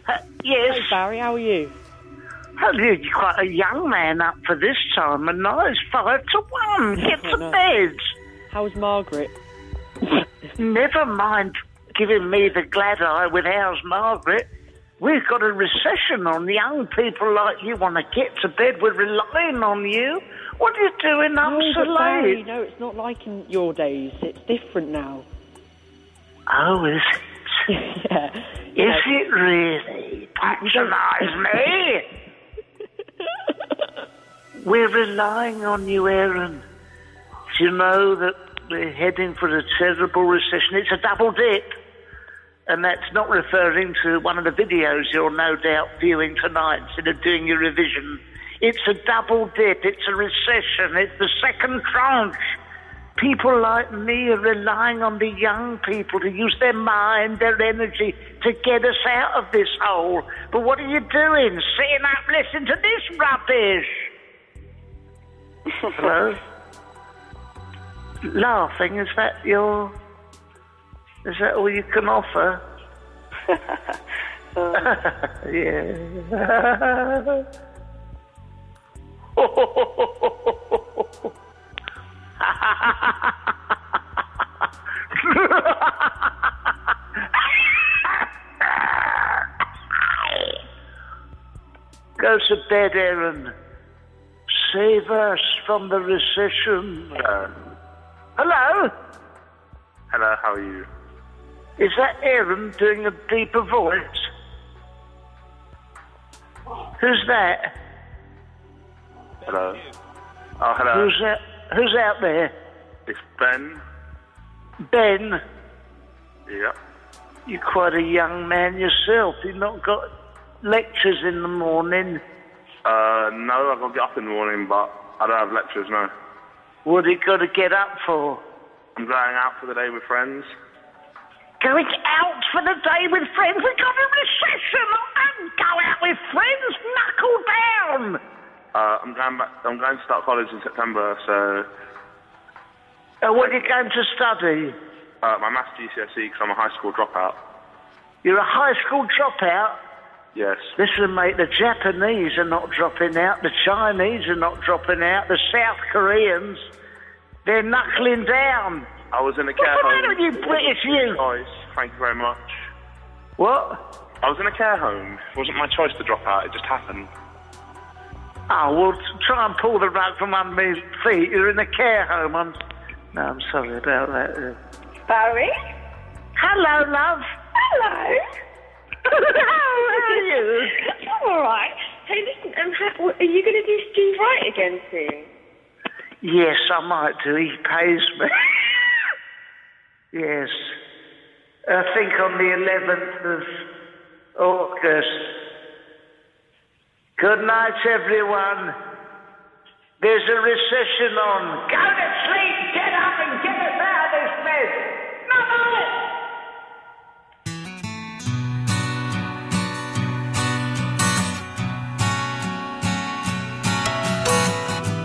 [SPEAKER 7] Uh, yes.
[SPEAKER 19] Hey, Barry, how are you?
[SPEAKER 7] Well, you're quite a young man up for this time of night. It's five to one. Get
[SPEAKER 19] <laughs>
[SPEAKER 7] to bed.
[SPEAKER 19] How's Margaret?
[SPEAKER 7] Never mind giving me the glad eye with ours, Margaret. We've got a recession on young people like you want to get to bed. We're relying on you. What are you doing up
[SPEAKER 19] no,
[SPEAKER 7] so
[SPEAKER 19] but Barry,
[SPEAKER 7] late?
[SPEAKER 19] no, it's not like in your days. It's different now.
[SPEAKER 7] Oh, is
[SPEAKER 19] it? <laughs> yeah.
[SPEAKER 7] Is it
[SPEAKER 19] <laughs>
[SPEAKER 7] really? <laughs> Patronise me! We're relying on you, Aaron. Do you know that we're heading for a terrible recession? It's a double dip. And that's not referring to one of the videos you're no doubt viewing tonight instead of doing your revision. It's a double dip. It's a recession. It's the second tranche. People like me are relying on the young people to use their mind, their energy to get us out of this hole. But what are you doing? Sitting up, listening to this rubbish. Hello? Laughing, is that your. Is that all you can offer? <laughs> yeah.
[SPEAKER 19] <laughs>
[SPEAKER 4] <laughs>
[SPEAKER 7] Go to bed, Aaron. Save us from the recession. Hello?
[SPEAKER 16] Hello, how are you?
[SPEAKER 7] Is that Aaron doing a deeper voice? Who's that?
[SPEAKER 16] Hello. Oh, hello.
[SPEAKER 7] Who's that? Who's out there?
[SPEAKER 16] It's Ben.
[SPEAKER 7] Ben,
[SPEAKER 16] Yeah.
[SPEAKER 7] you're quite a young man yourself. You've not got lectures in the morning.
[SPEAKER 16] Uh, no, I've got to get up in the morning, but I don't have lectures, no.
[SPEAKER 7] What are you got to get up for?
[SPEAKER 16] I'm going out for the day with friends.
[SPEAKER 7] Going out for the day with friends. We've got a recession. I don't go out with friends. Knuckle down.
[SPEAKER 16] Uh, I'm going back, I'm going to start college in September, so,
[SPEAKER 7] Uh, what are you going to study?
[SPEAKER 16] uh, my maths GCSE, because I'm a high school dropout.
[SPEAKER 7] You're a high school dropout.
[SPEAKER 16] Yes.
[SPEAKER 7] Listen, mate, the Japanese are not dropping out. The Chinese are not dropping out. The South Koreans, they're knuckling down.
[SPEAKER 16] I was in a care
[SPEAKER 7] What's the
[SPEAKER 16] home.
[SPEAKER 7] matter with you British you?
[SPEAKER 16] Choice. Thank you very much.
[SPEAKER 7] What?
[SPEAKER 16] I was in a care home. It wasn't my choice to drop out. It just happened.
[SPEAKER 7] Oh, well, t- try and pull the rug from under my feet. You're in a care home. I'm... No, I'm sorry about that.
[SPEAKER 19] Barry?
[SPEAKER 7] Hello, love.
[SPEAKER 19] Hello.
[SPEAKER 7] How
[SPEAKER 19] <laughs>
[SPEAKER 7] are you?
[SPEAKER 19] I'm all right. Hey, listen, um, how, are you going to do Steve Wright again soon?
[SPEAKER 7] Yes, I might do. He pays me. <laughs> yes. I think on the 11th of August. Good night, everyone. There's a recession on. Go to